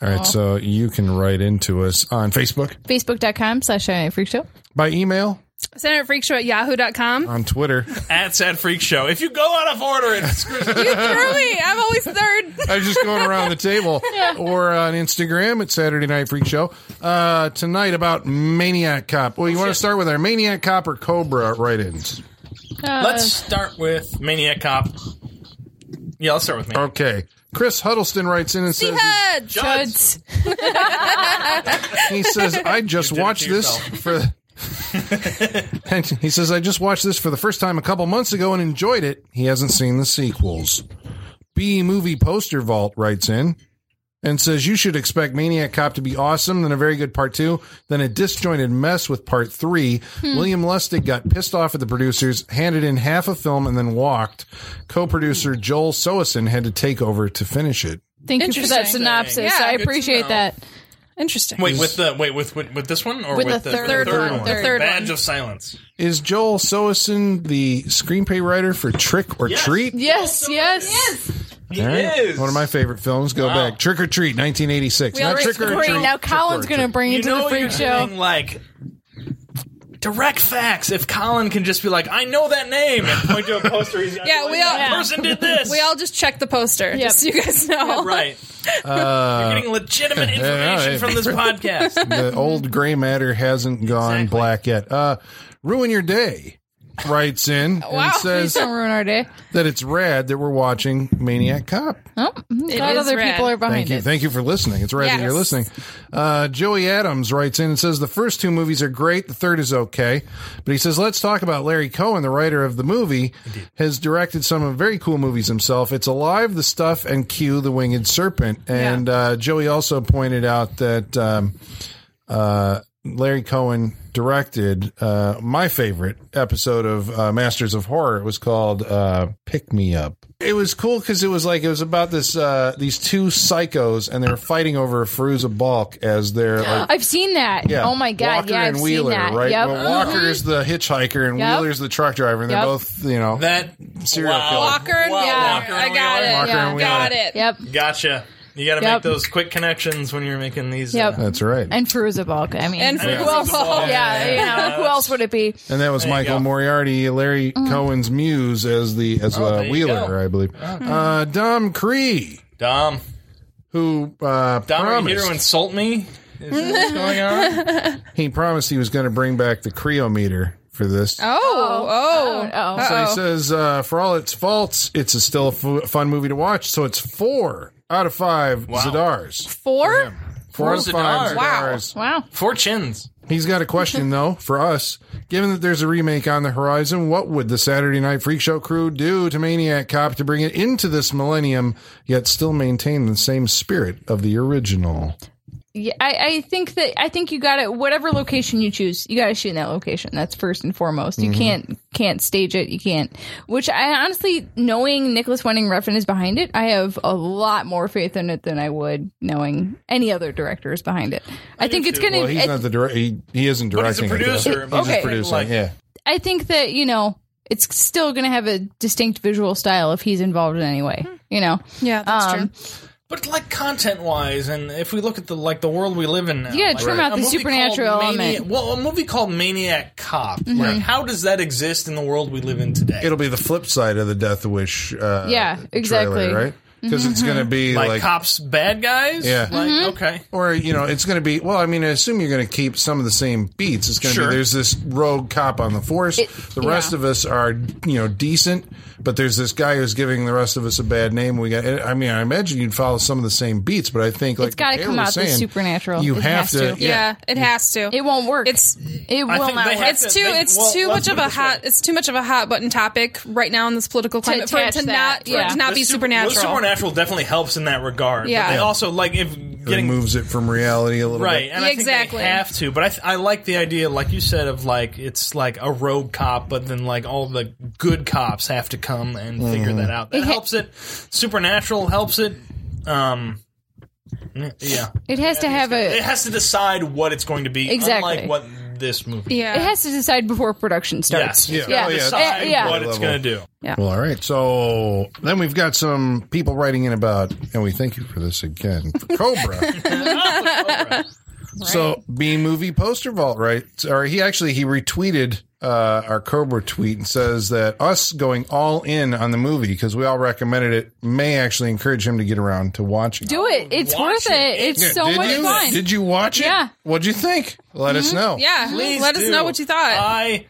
All right, so you can write into us on Facebook, Facebook.com slash Saturday Night freak show. by email, Send it at freakshow at (laughs) yahoo.com. on Twitter. (laughs) At Sad Freak Show. If you go out of order, it screws you. Through me, I'm always third. (laughs) I was just going around the table or on Instagram at Saturday Night Freak Show. Uh, tonight about Maniac Cop. Well, you want to start with our Maniac Cop or Cobra write ins? Let's start with Maniac Cop. Yeah, let's start with Maniac. Okay. Chris Huddleston writes in and says, Hedge. Chuds. he says, I just did it watched to this for. (laughs) and he says, I just watched this for the first time a couple months ago and enjoyed it. He hasn't seen the sequels. B Movie Poster Vault writes in and says, You should expect Maniac Cop to be awesome, then a very good part two, then a disjointed mess with part three. William Lustig got pissed off at the producers, handed in half a film, and then walked. Co producer Joel Soison had to take over to finish it. Thank you for that Interesting. synopsis. Yeah, I good to appreciate know. that. Interesting. Wait, with the wait with with, with this one or with, With the third one, the The third Badge one. of Silence. Is Joel Soison the screenplay writer for Trick or Yes. Treat? Yes, yes. He All right. is. One of my favorite films. Go back. Trick or Treat, 1986. We Not already Trick or screened Treat. Now Trick or Colin's going to Treat. bring You you to know the freak you're show. doing like direct facts. If Colin can just be like, I know that name, and point to a poster, he's got, Yeah, we all- that Yeah. person did this. We all just check the poster, just so you guys know. right. (laughs) Uh, You're getting (laughs) legitimate yeah, information right. from this podcast. the old gray matter hasn't gone Exactly. black yet. Uh, ruin your day writes in (laughs) Wow. and says (laughs) Don't ruin our day. that it's rad that we're watching Maniac Cop. Oh, I'm glad is other rad. people are behind Thank you. it. Thank you for listening. It's rad that you're Yes. listening. Uh, Joey Adams writes in and says the first two movies are great. The third is okay. But he says, let's talk about Larry Cohen, the writer of the movie, has directed some of very cool movies himself. It's Alive, The Stuff, and Q, The Winged Serpent. And uh, Joey also pointed out that um, uh, Larry Cohen directed uh, my favorite episode of uh, Masters of Horror. It was called uh, Pick Me Up. It was cool because it was like it was about this uh, these two psychos and they were fighting over Fruza Balk as their (gasps) like, I've seen that. yeah, Oh my god! Walker yeah, I've and Wheeler, seen that. right? Yep. Mm-hmm. Well, Walker is the hitchhiker and Yep. Wheeler's the truck driver, and they're Yep. both you know (laughs) That Serial wow. killer. (laughs) Walker and Wow, Wheeler. Walker and I got Wheeler. it. Walker and Wheeler. Got it. Yep. Gotcha. You got to Yep. make those quick connections when you're making these. Yep. Uh, that's right. And Feruza Balk. I mean, And who Feruza else? Balk. Yeah, you know, who else would it be? And that was you Michael go. Moriarty, Larry Mm-hmm. Cohen's muse as the as Oh, uh, there you Wheeler, go. I believe. Mm-hmm. Uh, Dom Cree, Dom, who uh, Dom, are you here promised to insult me? Is that what's going (laughs) on? he promised he was going to bring back the creometer for this. Oh, oh, Oh, So he says, uh, for all its faults, it's a still a fu- fun movie to watch. So it's four out of five Zadars. four. Four, out of five Zadars. Wow. Zadars. wow. Four chins. He's got a question though for us. Given that there's a remake on the horizon, what would the Saturday Night Freak Show crew do to Maniac Cop to bring it into this millennium, yet still maintain the same spirit of the original? Yeah, I, I think that I think you got to whatever location you choose, you got to shoot in that location. That's first and foremost. Mm-hmm. You can't can't stage it. You can't. Which I honestly, knowing Nicholas Winding Refn is behind it, I have a lot more faith in it than I would knowing any other director is behind it. I, think it's gonna. Well, he's I- not the direct. He, he isn't But he's a directing. it, though. producer. He's Okay. just producing. Like- yeah. I think that you know it's still going to have a distinct visual style if he's involved in any way. You know, Yeah, that's Um, true. But like content wise, and if we look at the like the world we live in now, You gotta like, trim out a the movie supernatural called element. Mm-hmm. Maniac- well, a movie called Maniac Cop. Like, how does that exist in the world we live in today? It'll be the flip side of the Death Wish. Uh, Yeah, exactly. Trailer, right? Because it's going to be like, like, cops, bad guys. Yeah. Like Mm-hmm. okay. or you know, it's going to be. Well, I mean, I assume you're going to keep some of the same beats. It's going to Sure. be there's this rogue cop on the force. the rest yeah. of us are you know decent, but there's this guy who's giving the rest of us a bad name. We got. I mean, I imagine you'd follow some of the same beats, but I think like It's gotta Kayla come was out the saying, supernatural. You It have has to. to. Yeah. it has to. it won't work. It's it I will think not they work. have- it's too They- it's well, too let's much of put it a this hot way. it's too much of a hot button topic right now in this political climate for it attach to that, not for it yeah. to not The be su- supernatural. Well, supernatural definitely helps in that regard. Yeah. But they Yeah. also like if getting Removes it from reality a little Right, bit. and I think Exactly. they have to, but I, th- I like the idea, like you said, of like it's like a rogue cop, but then like all the good cops have to come and Mm-hmm. figure that out. That ha- helps it. Supernatural helps it. Um, yeah, it has to have a. it has to decide what it's going to be. Exactly. unlike what this movie. yeah. Eh, It has to decide before production starts. Yes. Yeah. Yeah. Yeah. Oh, yeah. Decide Yeah. what it's going to do. Well, all right. So then we've got some people writing in about, and we thank you for this again, (laughs) for Cobra. (laughs) So B movie poster vault, right? Or he actually he retweeted uh, our Cobra tweet and says that us going all in on the movie because we all recommended it may actually encourage him to get around to watching. Do it. It's Watch worth it. it. It's Yeah, so did much you? fun. Did you watch it? Yeah. Mm-hmm. What'd you think? Let us know. Yeah, Please let us do. know what you thought. I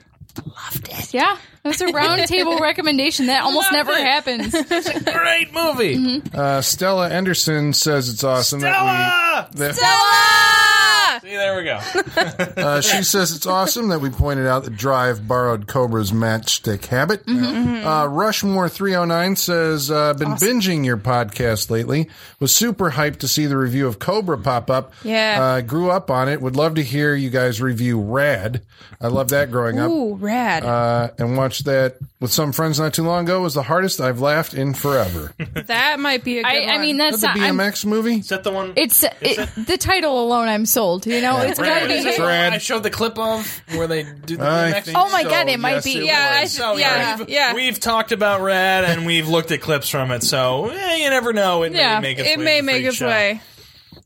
Yeah. That's a round table recommendation. That almost Love never it. happens. great movie. Mm-hmm. Uh, Stella Anderson says it's awesome that Stella! we. That, Stella! See, there we go. Uh, she says it's awesome that we pointed out that Drive borrowed Cobra's matchstick habit. Mm-hmm. Uh, Rushmore three hundred nine says uh, been binging your podcast lately. Was super hyped to see the review of Cobra pop up. Yeah. uh, grew up on it. Would love to hear you guys review Rad. I love that growing up. Ooh, rad. Uh, and watched that with some friends not too long ago was the hardest I've laughed in forever. Is that might be a good I, I one. mean, that that's the not. I'm- BMX movie? Is that the one? it's it, the title alone. I'm sold. You know, it's got to Is be. that the one Rad. I showed the clip of where they do the I BMX think Oh my God, so. it might Yes, be. it Yeah, I was. th- So Yeah, we've, yeah. we've talked about Rad and we've looked at clips from it. So eh, you never know; it Yeah, may make its it way may to the make freak its show. way.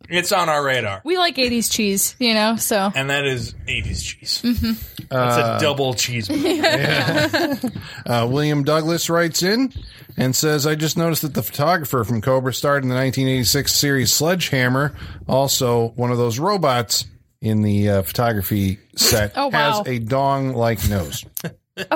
It's on our radar. We like 80s cheese, you know, so. And that is 80s cheese. Mm-hmm. That's a double cheese. (laughs) Uh, William Douglas writes in and says, I just noticed that the photographer from Cobra starred in the 1986 series Sledgehammer, also one of those robots in the uh, photography set, Oh, wow. has a dong like nose. Uh,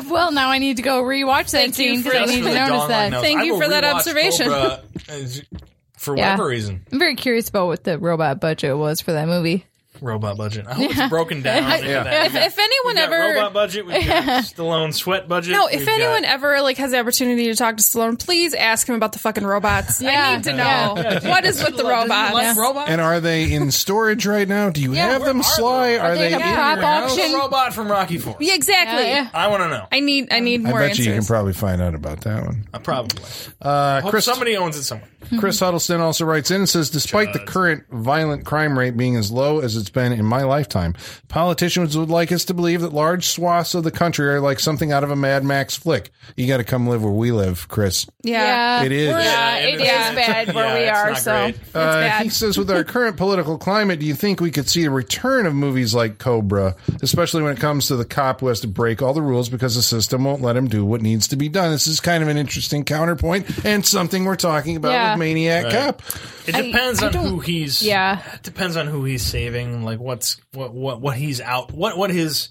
Well, now I need to go rewatch that Thank you scene for because I that. didn't even notice That's really Dawn Line that. knows. Thank I you will for that rewatch observation. Cobra, uh, for Yeah. whatever reason, I'm very curious about what the robot budget was for that movie. robot budget. I hope it's broken down. into that. (laughs) If, if We've anyone got ever robot budget, we've got Stallone sweat budget. No, if we've anyone got- ever like has the opportunity to talk to Stallone, please ask him about the fucking robots. I Yeah. need to Yeah. know what is with the robots. Like robots? And are they in storage right now? Do you have them, where are Sly? they? Are, they they, in a in prop your house? auction? The robot from Rocky Four. Yeah, exactly. Yeah, yeah. I want to know. I need I need I more bet answers. you you can probably find out about that one. I probably. Uh, Hope Chris, somebody owns it somewhere. Chris Huddleston also writes in and says, despite the current violent crime rate being as low as it's been in my lifetime, politicians would like us to believe that large swaths of the country are like something out of a Mad Max flick. You got to come live where we live, Chris. yeah. It is. We're, Yeah, uh, it it is is. bad where (laughs) Yeah, we it's are, not so. great. Uh, bad. he says, with our current political climate, do you think we could see a return of movies like Cobra, especially when it comes to the cop who has to break all the rules because the system won't let him do what needs to be done? This is kind of an interesting counterpoint and something we're talking about Yeah. with Maniac Cop. It depends on who he's. Yeah. It depends on who he's saving. Like what's what what what he's out what what his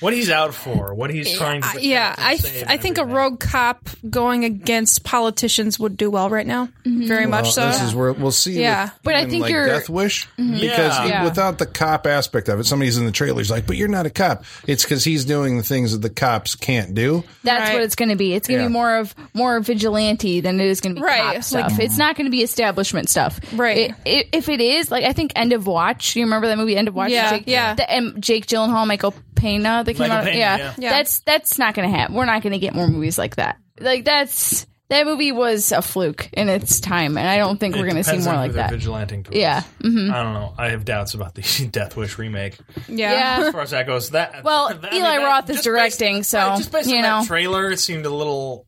what he's out for. What he's trying to. I- yeah, protect and I save th- and I think a everything. rogue cop going against politicians would do well right now. Mm-hmm. Very much so. Uh, This is where we'll see. Yeah. with But I even, think like you're- Mm-hmm. Death Wish because Yeah. it- Yeah. without the cop aspect of it, somebody's in the trailer. He's like, "But you're not a cop." It's because he's doing the things that the cops can't do. That's Right. what it's going to be. It's going to Yeah. be more of more vigilante than it is going to be Right. cop Like- stuff. it's not going to be establishment stuff. Right. It, it, if it is, like I think End of Watch. You remember that movie End of Watch? Yeah, Jake, yeah. The, and Jake Gyllenhaal, Michael Pena. That came Michael out. Pena, yeah. yeah. Yeah. That's that's not going to happen. We're not going to get more movies like that. Like that's that movie was a fluke in its time, and I don't think It we're going to see depends more on who like they're that. Vigilanting. Towards. Yeah. I don't know. I have doubts about the (laughs) Death Wish remake. yeah. (laughs) Yeah. As far as that goes, that (laughs) Well, that- Eli Roth is just directing, based- so, uh, just based you on know. that trailer, it seemed a little.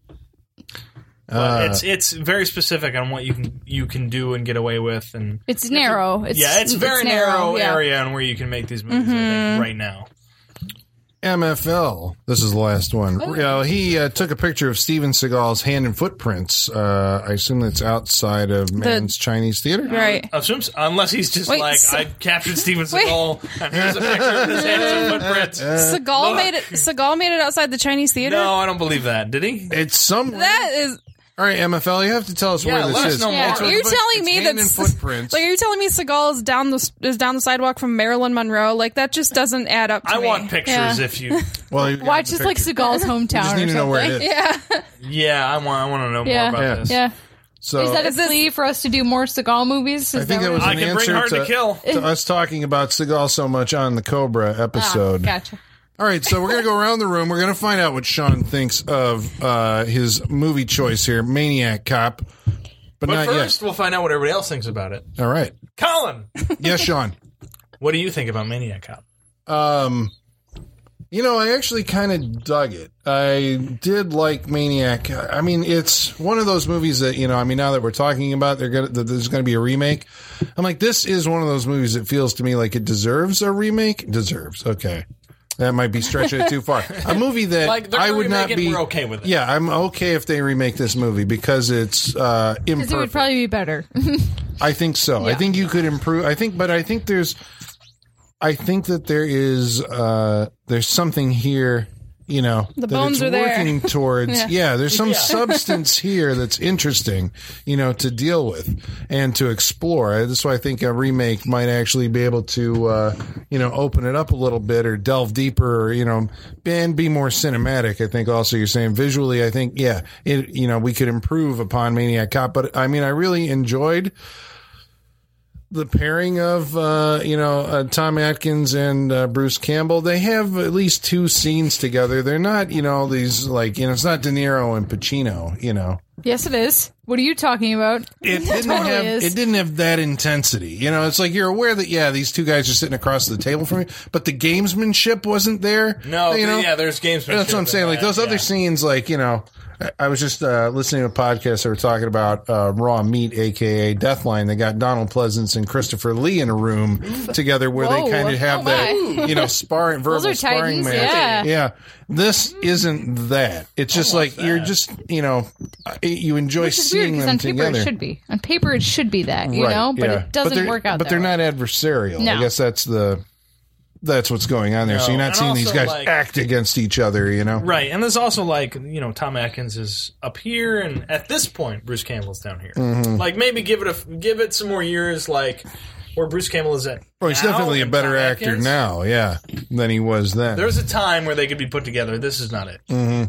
Uh, but it's it's very specific on what you can you can do and get away with, and It's narrow. It's, yeah, it's very narrow, yeah. Mm-hmm. area on where you can make these movies. I think right now, MFL. This is the last one. Oh. You know, he uh, took a picture of Steven Seagal's hand and footprints. Uh, I assume that's outside of Man's Chinese Theater. Right. I assume so- unless he's just Wait, like so- (laughs) I captured Steven Seagal, and here's a picture of his hands and footprints. Uh, Seagal made it Seagal made it outside the Chinese theater. Uh, No, I don't believe that. Did he? It's some. That is All right, MFL. You have to tell us Yeah, where let us this is. know Yeah. more. You're But telling it's me hand that and s- (laughs) footprints. like are you telling me Seagal is down the s- is down the sidewalk from Marilyn Monroe? Like that just doesn't add up. To I me. want pictures Yeah. if you. well, you Watch just like Seagal's hometown. just or need to know where it something. is. (laughs) Yeah, I want. I want to know Yeah. more about Yeah. this. Yeah. So Is that a Is this- plea for us to do more Seagal movies? Is I think that what- was I an can bring answer Hard to, to Kill. to us talking about Seagal so much on the Cobra Ah, episode. Gotcha. All right, so we're gonna go around the room. We're gonna find out what Sean thinks of uh, his movie choice here, Maniac Cop. But, But not first, we'll find out what everybody else thinks about it. yet. All right. (laughs) Colin, Yes, Sean. what do you think about Maniac Cop? Um, you know, I actually kind of dug it. I did like Maniac. I mean, it's one of those movies that you know. I mean, now that we're talking about, they're gonna that there's gonna be a remake. I'm like, this is one of those movies that feels to me like it deserves a remake. Deserves, okay. That might be stretching it too (laughs) far. A movie that Like, they're I gonna would not remake it, be we're okay with it. Yeah, I'm okay if they remake this movie because it's uh, imperfect. Because it would probably be better. I think so. I think you could improve. I think, but I think there's, I think that there is, uh, there's something here. You know, the bones are there. working towards. yeah. there's some substance here that's interesting. You know, to deal with and to explore. That's why I think a remake might actually be able to, uh, you know, open it up a little bit or delve deeper. Or, you know, and be more cinematic. I think also you're saying visually. I think yeah, it. You know, we could improve upon Maniac Cop. But I mean, I really enjoyed the pairing of uh, you know uh, Tom Atkins and uh, Bruce Campbell. They have at least two scenes together. They're not you know these like you know it's not De Niro and Pacino. You know (laughs) yes, it is. What are you talking about? (laughs) it didn't Totally have is. it didn't have that intensity. You know it's like you're aware that yeah these two guys are sitting across the table from you, but the gamesmanship wasn't there. No, you know yeah, there's games. that's what I'm saying. Like those other scenes, like you know, I was just uh, listening to a podcast that were talking about uh, Raw Meat, aka Deathline. They got Donald Pleasance and Christopher Lee in a room together where Whoa. they kind of have Oh, that, my. you know, sparring, verbal are sparring titans, match. Yeah. This isn't that. It's just like you're just, you know, I- you enjoy Which is weird seeing because them on paper together. it should be. On paper it should be that, you Right, know, but yeah. it doesn't they're- work out. But that they're way. not adversarial. I No. guess that's the. That's what's going on there. so No, you're not and seeing these also, guys like- act against each other, you know? Right, and there's also like you know Tom Atkins is up here, and at this point Bruce Campbell's down here. Mm-hmm. Like maybe give it a give it some more years, like where Bruce Campbell is at. Well, Oh, he's now definitely a and better Tom actor Atkins. now, yeah, than he was then. There was a time where they could be put together. This is not it. Mm.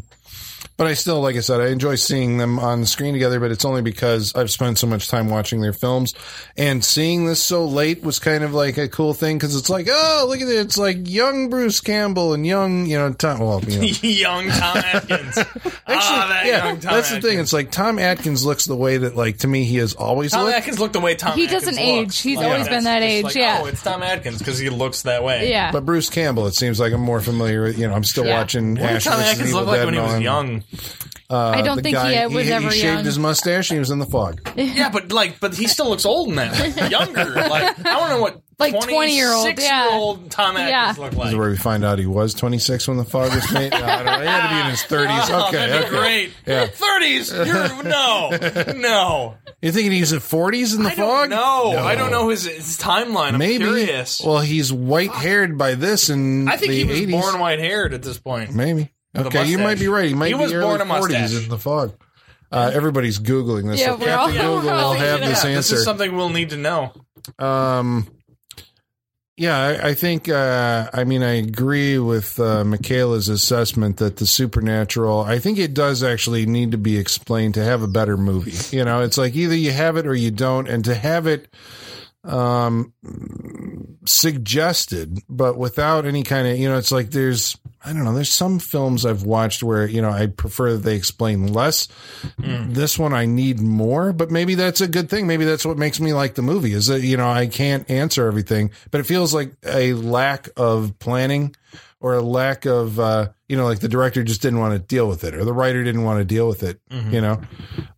but I still, like I said, I enjoy seeing them on the screen together, but it's only because I've spent so much time watching their films. And seeing this so late was kind of like a cool thing because it's like, oh, look at it. It's like young Bruce Campbell and young, you know, Tom. Well, you know. (laughs) young (laughs) Tom Atkins. (laughs) ah, that young Tom that's Atkins. the thing. It's like Tom Atkins looks the way that, like, to me, he has always Tom looked. Atkins looked the way Tom. He Atkins doesn't looks. age. He's always been it's that just age, like, yeah. Oh, it's Tom Atkins because he looks that way. Yeah. But Bruce Campbell, it seems like I'm more familiar with. You know, I'm still Yeah. watching. What did Ash Tom versus Atkins Evil look like Dead when he and all was that. young? I uh, The don't think guy- he was he, ever he young. shaved his mustache and he was in the fog. Yeah, but like, but he still looks (laughs) old now, younger. Like I don't know what Like 20-year-old, yeah. old Tom Atkins Yeah. looked like. This is where we find out he was 26 when the fog was made. No, I don't know. He had to be in his 30s. (laughs) (laughs) Oh, okay, that'd be okay. great. Yeah. 30s. (laughs) You're no, no. You thinking he's in 40s in the I fog? don't know. I don't know his, his timeline. I'm Maybe. curious. Well, he's white haired by this, and I think the he was 80s. born white haired at this point. Maybe. a Okay, you mustache. might be right. He might He be was early born a 40s mustache. in the fog. Uh, everybody's googling this. Yeah, so we're Captain all- Google we're all (laughs) will have thinking this Yeah, answer. This is something we'll need to know. Um, yeah, I, I think. Uh, I mean, I agree with uh, Michaela's assessment that the supernatural. I think it does actually need to be explained to have a better movie. You know, it's like either you have it or you don't, and to have it um suggested but without any kind of you know it's like there's i don't know there's some films i've watched where you know i prefer that they explain less this one I need more, but maybe that's a good thing. Maybe that's what makes me like the movie is that, you know, I can't answer everything, but it feels like a lack of planning or a lack of, uh, you know, like the director just didn't want to deal with it or the writer didn't want to deal with it, you know?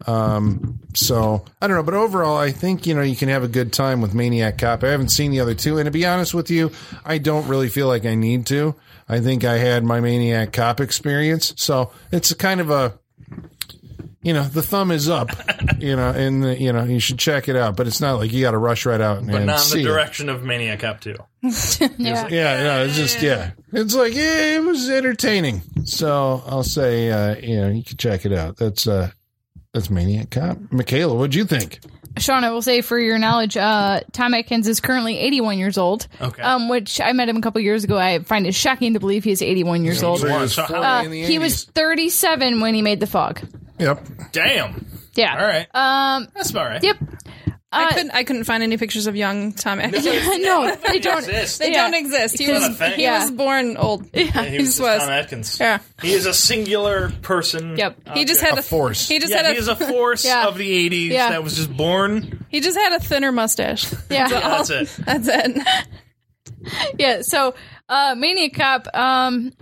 Um, so I don't know, but overall, I think, you know, you can have a good time with Maniac Cop. I haven't seen the other two. And to be honest with you, I don't really feel like I need to. I think I had my Maniac Cop experience. So it's kind of a, you know, the thumb is (laughs) up, you know, and the, you know, you should check it out, but it's not like you got to rush right out and, But not in see the it. direction of Maniac Cop 2. yeah. Yeah, yeah, it's just yeah. It's like yeah, it was entertaining. So I'll say, uh, you know, you can check it out. That's uh, that's Maniac Cop. Michaela, what'd you think? Sean, I will say for your knowledge, uh, Tom Atkins is currently 81 years old. Okay. Um, which I met him a couple years ago. I find it shocking to believe he is 81 years old. he was So forty Uh, in the he was 37 when he made the fog. 80s. Yep. Damn. Yeah. All right. Um. That's about right. Yep. Uh, I couldn't. I couldn't find any pictures of young (laughs) Tom (laughs) Atkins. no, they don't. Exist. They Yeah. don't exist. He It's was not a thing. he Yeah. was born old. Yeah, He (laughs) he, was just just was. Tom Atkins. Yeah. He is a singular person. Yep. He just had A force. He just Yeah, had he a, is a (laughs) force Yeah. of the 80s Yeah. that was just born. he just had a thinner mustache. (laughs) Yeah. That's it. That's it. yeah so uh maniac cop um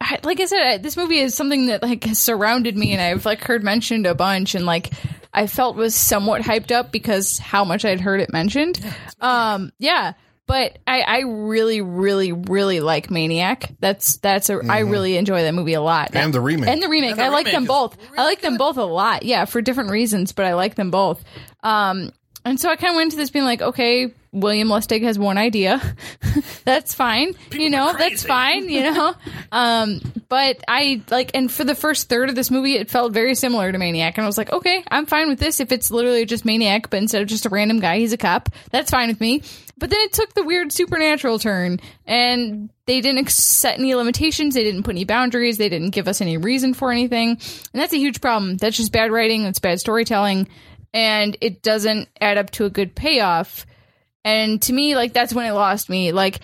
I, like i said I, this movie is something that like has surrounded me and i've like heard mentioned a bunch and like i felt was somewhat hyped up because how much i'd heard it mentioned um yeah but I, I really, really, really like Maniac. That's that's a I really enjoy that movie a lot. Mm-hmm. And the remake. And the remake. I like remake them is both. I like them both a lot. Yeah, for different reasons, but I like them both. Um, and so I kind of went into this being like, okay, William Lustig has one idea. (laughs) that's fine. you know, that's fine. You know, um, but I like, and for the first third of this movie, it felt very similar to Maniac, and I was like, okay, I'm fine with this if it's literally just Maniac, but instead of just a random guy, he's a cop. That's fine with me. But then it took the weird supernatural turn, and they didn't ex- set any limitations. They didn't put any boundaries. They didn't give us any reason for anything, and that's a huge problem. That's just bad writing. That's bad storytelling, and it doesn't add up to a good payoff. And to me, like that's when it lost me. Like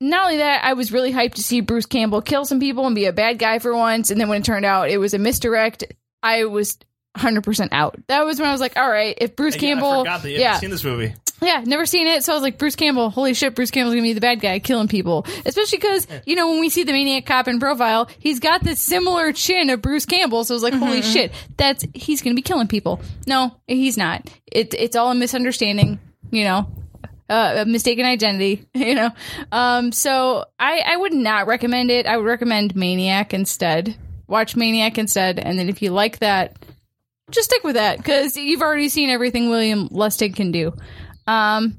not only that, I was really hyped to see Bruce Campbell kill some people and be a bad guy for once. And then when it turned out it was a misdirect, I was 100% out. That was when I was like, all right, if Bruce Again, I Campbell. forgot that you yeah. haven't seen this movie. Yeah, never seen it. So I was like, Bruce Campbell, holy shit, Bruce Campbell's gonna be the bad guy killing people. Especially because, you know, when we see the maniac cop in profile, he's got this similar chin of Bruce Campbell. So I was like, holy shit, that's, he's gonna be killing people. No, he's not. It, it's all a misunderstanding, you know, uh, a mistaken identity, (laughs) you know. Um, so I, I would not recommend it. I would recommend Maniac instead. Watch Maniac instead. And then if you like that, just stick with that because you've already seen everything William Lustig can do. Um,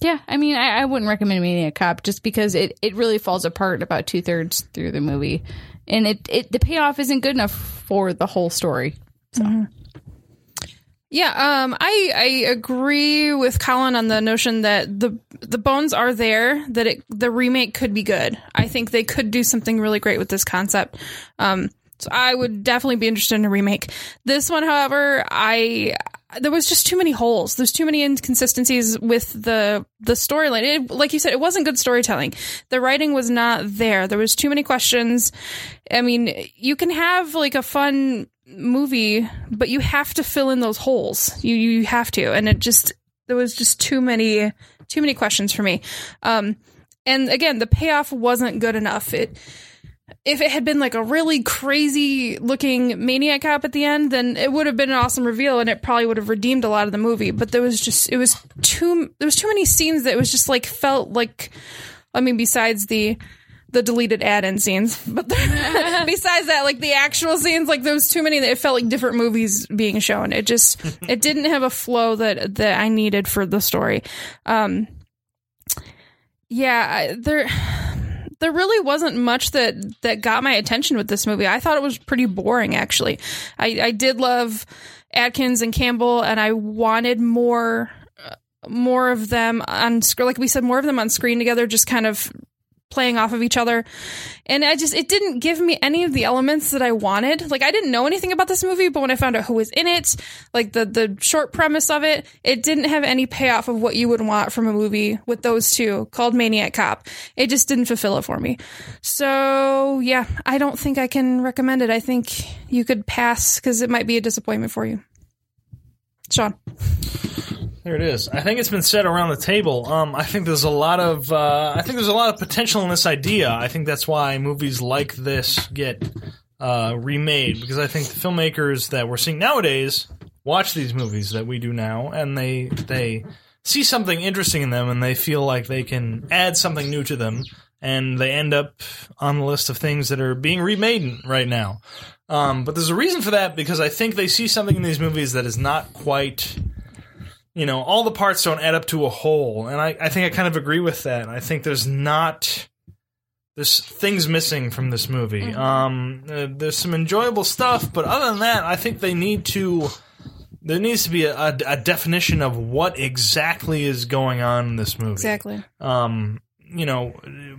yeah, I mean, I, I wouldn't recommend Maniac Cop just because it, it really falls apart about two thirds through the movie, and it, it the payoff isn't good enough for the whole story. Yeah, um, I I agree with Colin on the notion that the the bones are there that it the remake could be good. I think they could do something really great with this concept. Um, so I would definitely be interested in a remake. This one, however, I there was just too many holes. There's too many inconsistencies with the the storyline. It- Like you said, it wasn't good storytelling. The writing was not there. There was too many questions. I mean, you can have like a fun movie, but you have to fill in those holes. You you have to, and it just there was just too many too many questions for me. Um, and again, the payoff wasn't good enough. It if it had been like a really crazy looking maniac cop at the end, then it would have been an awesome reveal, and it probably would have redeemed a lot of the movie. But there was just it was too there was too many scenes that it was just like felt like I mean, besides the the deleted add-in scenes, (laughs) but the- besides that, like the actual scenes, like there was too many that it felt like different movies being shown. It just it didn't have a flow that that I needed for the story. Um, yeah, I, there there really wasn't much that that got my attention with this movie. I thought it was pretty boring actually. I I did love Atkins and Campbell and I wanted more uh, more of them on screen like we said more of them on screen together just kind of playing off of each other. And I just it didn't give me any of the elements that I wanted. Like I didn't know anything about this movie, but when I found out who was in it, like the the short premise of it, it didn't have any payoff of what you would want from a movie with those two called Maniac Cop. It just didn't fulfill it for me. So, yeah, I don't think I can recommend it. I think you could pass cuz it might be a disappointment for you. Sean. There it is. I think it's been said around the table. Um, I think there's a lot of uh, I think there's a lot of potential in this idea. I think that's why movies like this get uh, remade because I think the filmmakers that we're seeing nowadays watch these movies that we do now, and they they see something interesting in them, and they feel like they can add something new to them, and they end up on the list of things that are being remade right now. Um, but there's a reason for that because I think they see something in these movies that is not quite you know, all the parts don't add up to a whole. And I, I think I kind of agree with that. I think there's not there's things missing from this movie. Um, uh, there's some enjoyable stuff, but other than that, I think they need to there needs to be a, a, a definition of what exactly is going on in this movie Exactly. um, you know,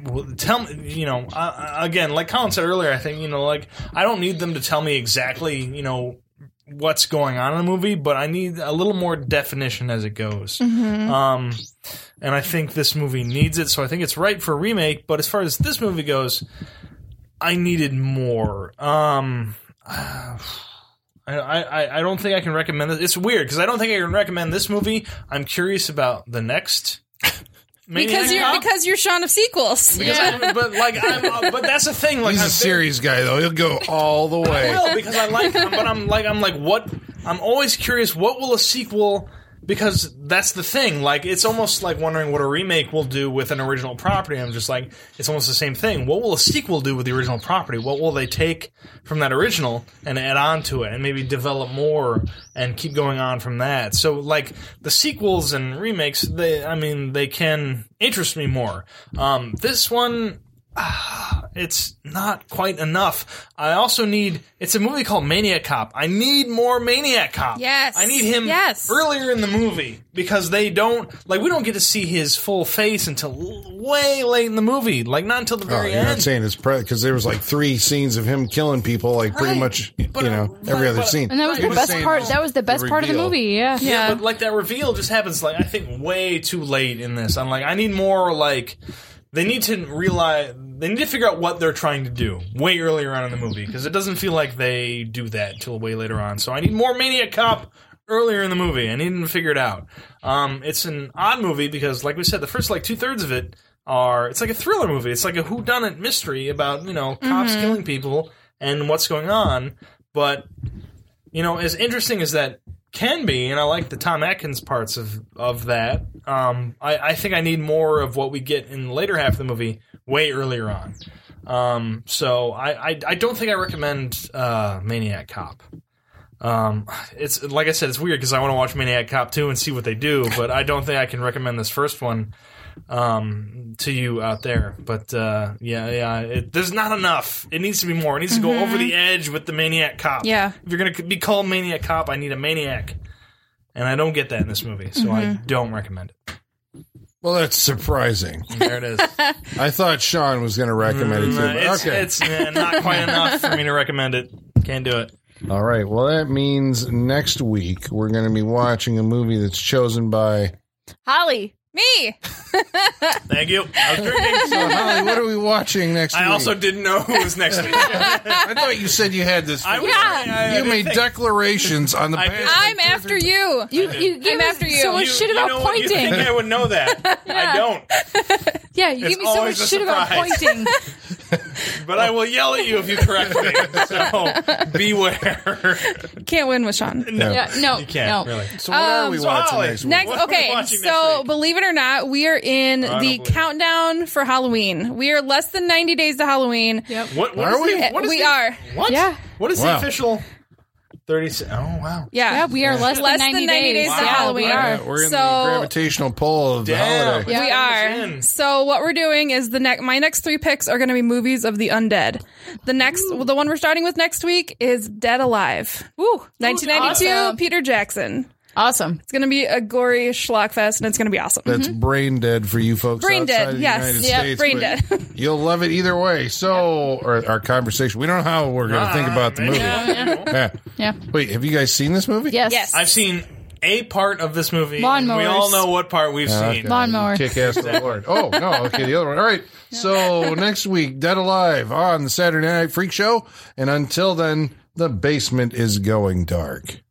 w- tell me, you know, I, I- again, like Colin said earlier, I think, you know, like, I don't need them to tell me exactly, you know, what's going on in the movie, but I need a little more definition as it goes. Mm-hmm. Um, and I think this movie needs it, so I think it's right for a remake, but as far as this movie goes, I needed more. Um, I, I, I don't think I can recommend this. It's weird because I don't think I can recommend this movie. I'm curious about the next. (laughs) Because Maniac you're Cop. because you're Sean of sequels. Because I- but like, I'm, uh, but that's the thing. Like, He's I'm a serious guy though. He'll go all the way. Well, because I like, but I'm like, I'm like, what? I'm always curious. What will a sequel? Because that's the thing. Like, it's almost like wondering what a remake will do with an original property. I'm just like, it's almost the same thing. What will a sequel do with the original property? What will they take from that original and add on to it, and maybe develop more and keep going on from that? So, like, the sequels and remakes, they, I mean, they can interest me more. Um, this one, it's not quite enough. I also need. It's a movie called Maniac Cop. I need more Maniac Cop. Yes. I need him Yes. earlier in the movie because they don't like we don't get to see his full face until l- way late in the movie. Like not until the Oh, very you're not end. saying it's because there was like three scenes of him killing people, like pretty Right. much, you But, uh, know, but- every other but- scene. And that was Right. the You're best saying part. That was the best part of the reveal. movie. Yeah. Yeah. but like that reveal just happens like I think way too late in this. I'm like I need more like they need to realize they need to figure out what they're trying to do way earlier on in the movie because it doesn't feel like they do that till way later on. So I need more Maniac Cop earlier in the movie. I need them to figure it out. Um, it's an odd movie because, like we said, the first like two thirds of it are it's like a thriller movie. It's like a whodunit mystery about you know cops killing people and what's going on. But you know, as interesting as that can be, and I like the Tom Atkins parts of of that. Um, I, I think I need more of what we get in the later half of the movie, way earlier on. Um, so I, I I don't think I recommend uh, Maniac Cop. Um, it's like I said, it's weird because I want to watch Maniac Cop 2 and see what they do, but I don't think I can recommend this first one um, to you out there. But uh, yeah, yeah, it, there's not enough. It needs to be more. It needs to go over the edge with the Maniac Cop. Yeah. if you're gonna be called Maniac Cop, I need a maniac, and I don't get that in this movie, so I don't recommend it. Well, that's surprising. There it is. I thought Sean was going to (laughs) recommend it too. Uh, but it's okay. it's eh, not quite enough for me to recommend it. Can't do it. All right. Well, that means next week we're going to be watching a movie that's chosen by. Holly. Me. Thank you. I (laughs) was drinking. So, Holly, what are we watching next I week? also didn't know who was next (laughs) week. I thought you said you had this. I was, I- I you didn't made think- declarations on the I- past. (laughs) I'm after you. You you gave I'm me after you. so much You- shit you about know what? You pointing. think I would (laughs) know that? I don't. yeah, you It's gave me so much always a shit about surprise. pointing. (laughs) But I will yell at you if you correct me. (laughs) So beware. Can't win with Sean. yeah, no, You can't no. really. so what are we so watching Um, Holly, next week? Next, What are we okay. watching next So, week? believe it or not, we are in don't the believe it. countdown for Halloween. We are less than 90 days to Halloween. Yep. What, what Are is we? The, what is We the- are. What? Yeah. What is Wow. the official? Thirty-six. Oh wow. Yeah. Yeah, we are less, Less than 90 days. to yeah, Halloween. We are. Yeah, we're in So- the gravitational pull of the Damn. holiday. Yeah. We I was are. in. So what we're doing is the next. My next three picks are going to be movies of the undead. The next, the one we're starting with next week is Dead Alive. Woo. 1992, Awesome. Peter Jackson. Awesome. It's going to be a gory schlockfest, and it's going to be awesome. That's brain dead for you folks. Mm-hmm. Brain outside dead, of the yes. United Yeah, States, brain but (laughs) You'll love it either way. So, or our conversation. We don't know how we're going to Ah, think about the movie. Yeah. Yeah. Wait, have you guys seen this movie? Yes. Yes. I've seen a part of this movie. Lawnmowers. We all know what part we've seen. Lawnmower. Kick ass to (laughs) the Lord. Oh, no. Okay, the other one. All right. So next week, Dead Alive on the Saturday Night Freak Show. And until then, the basement is going dark.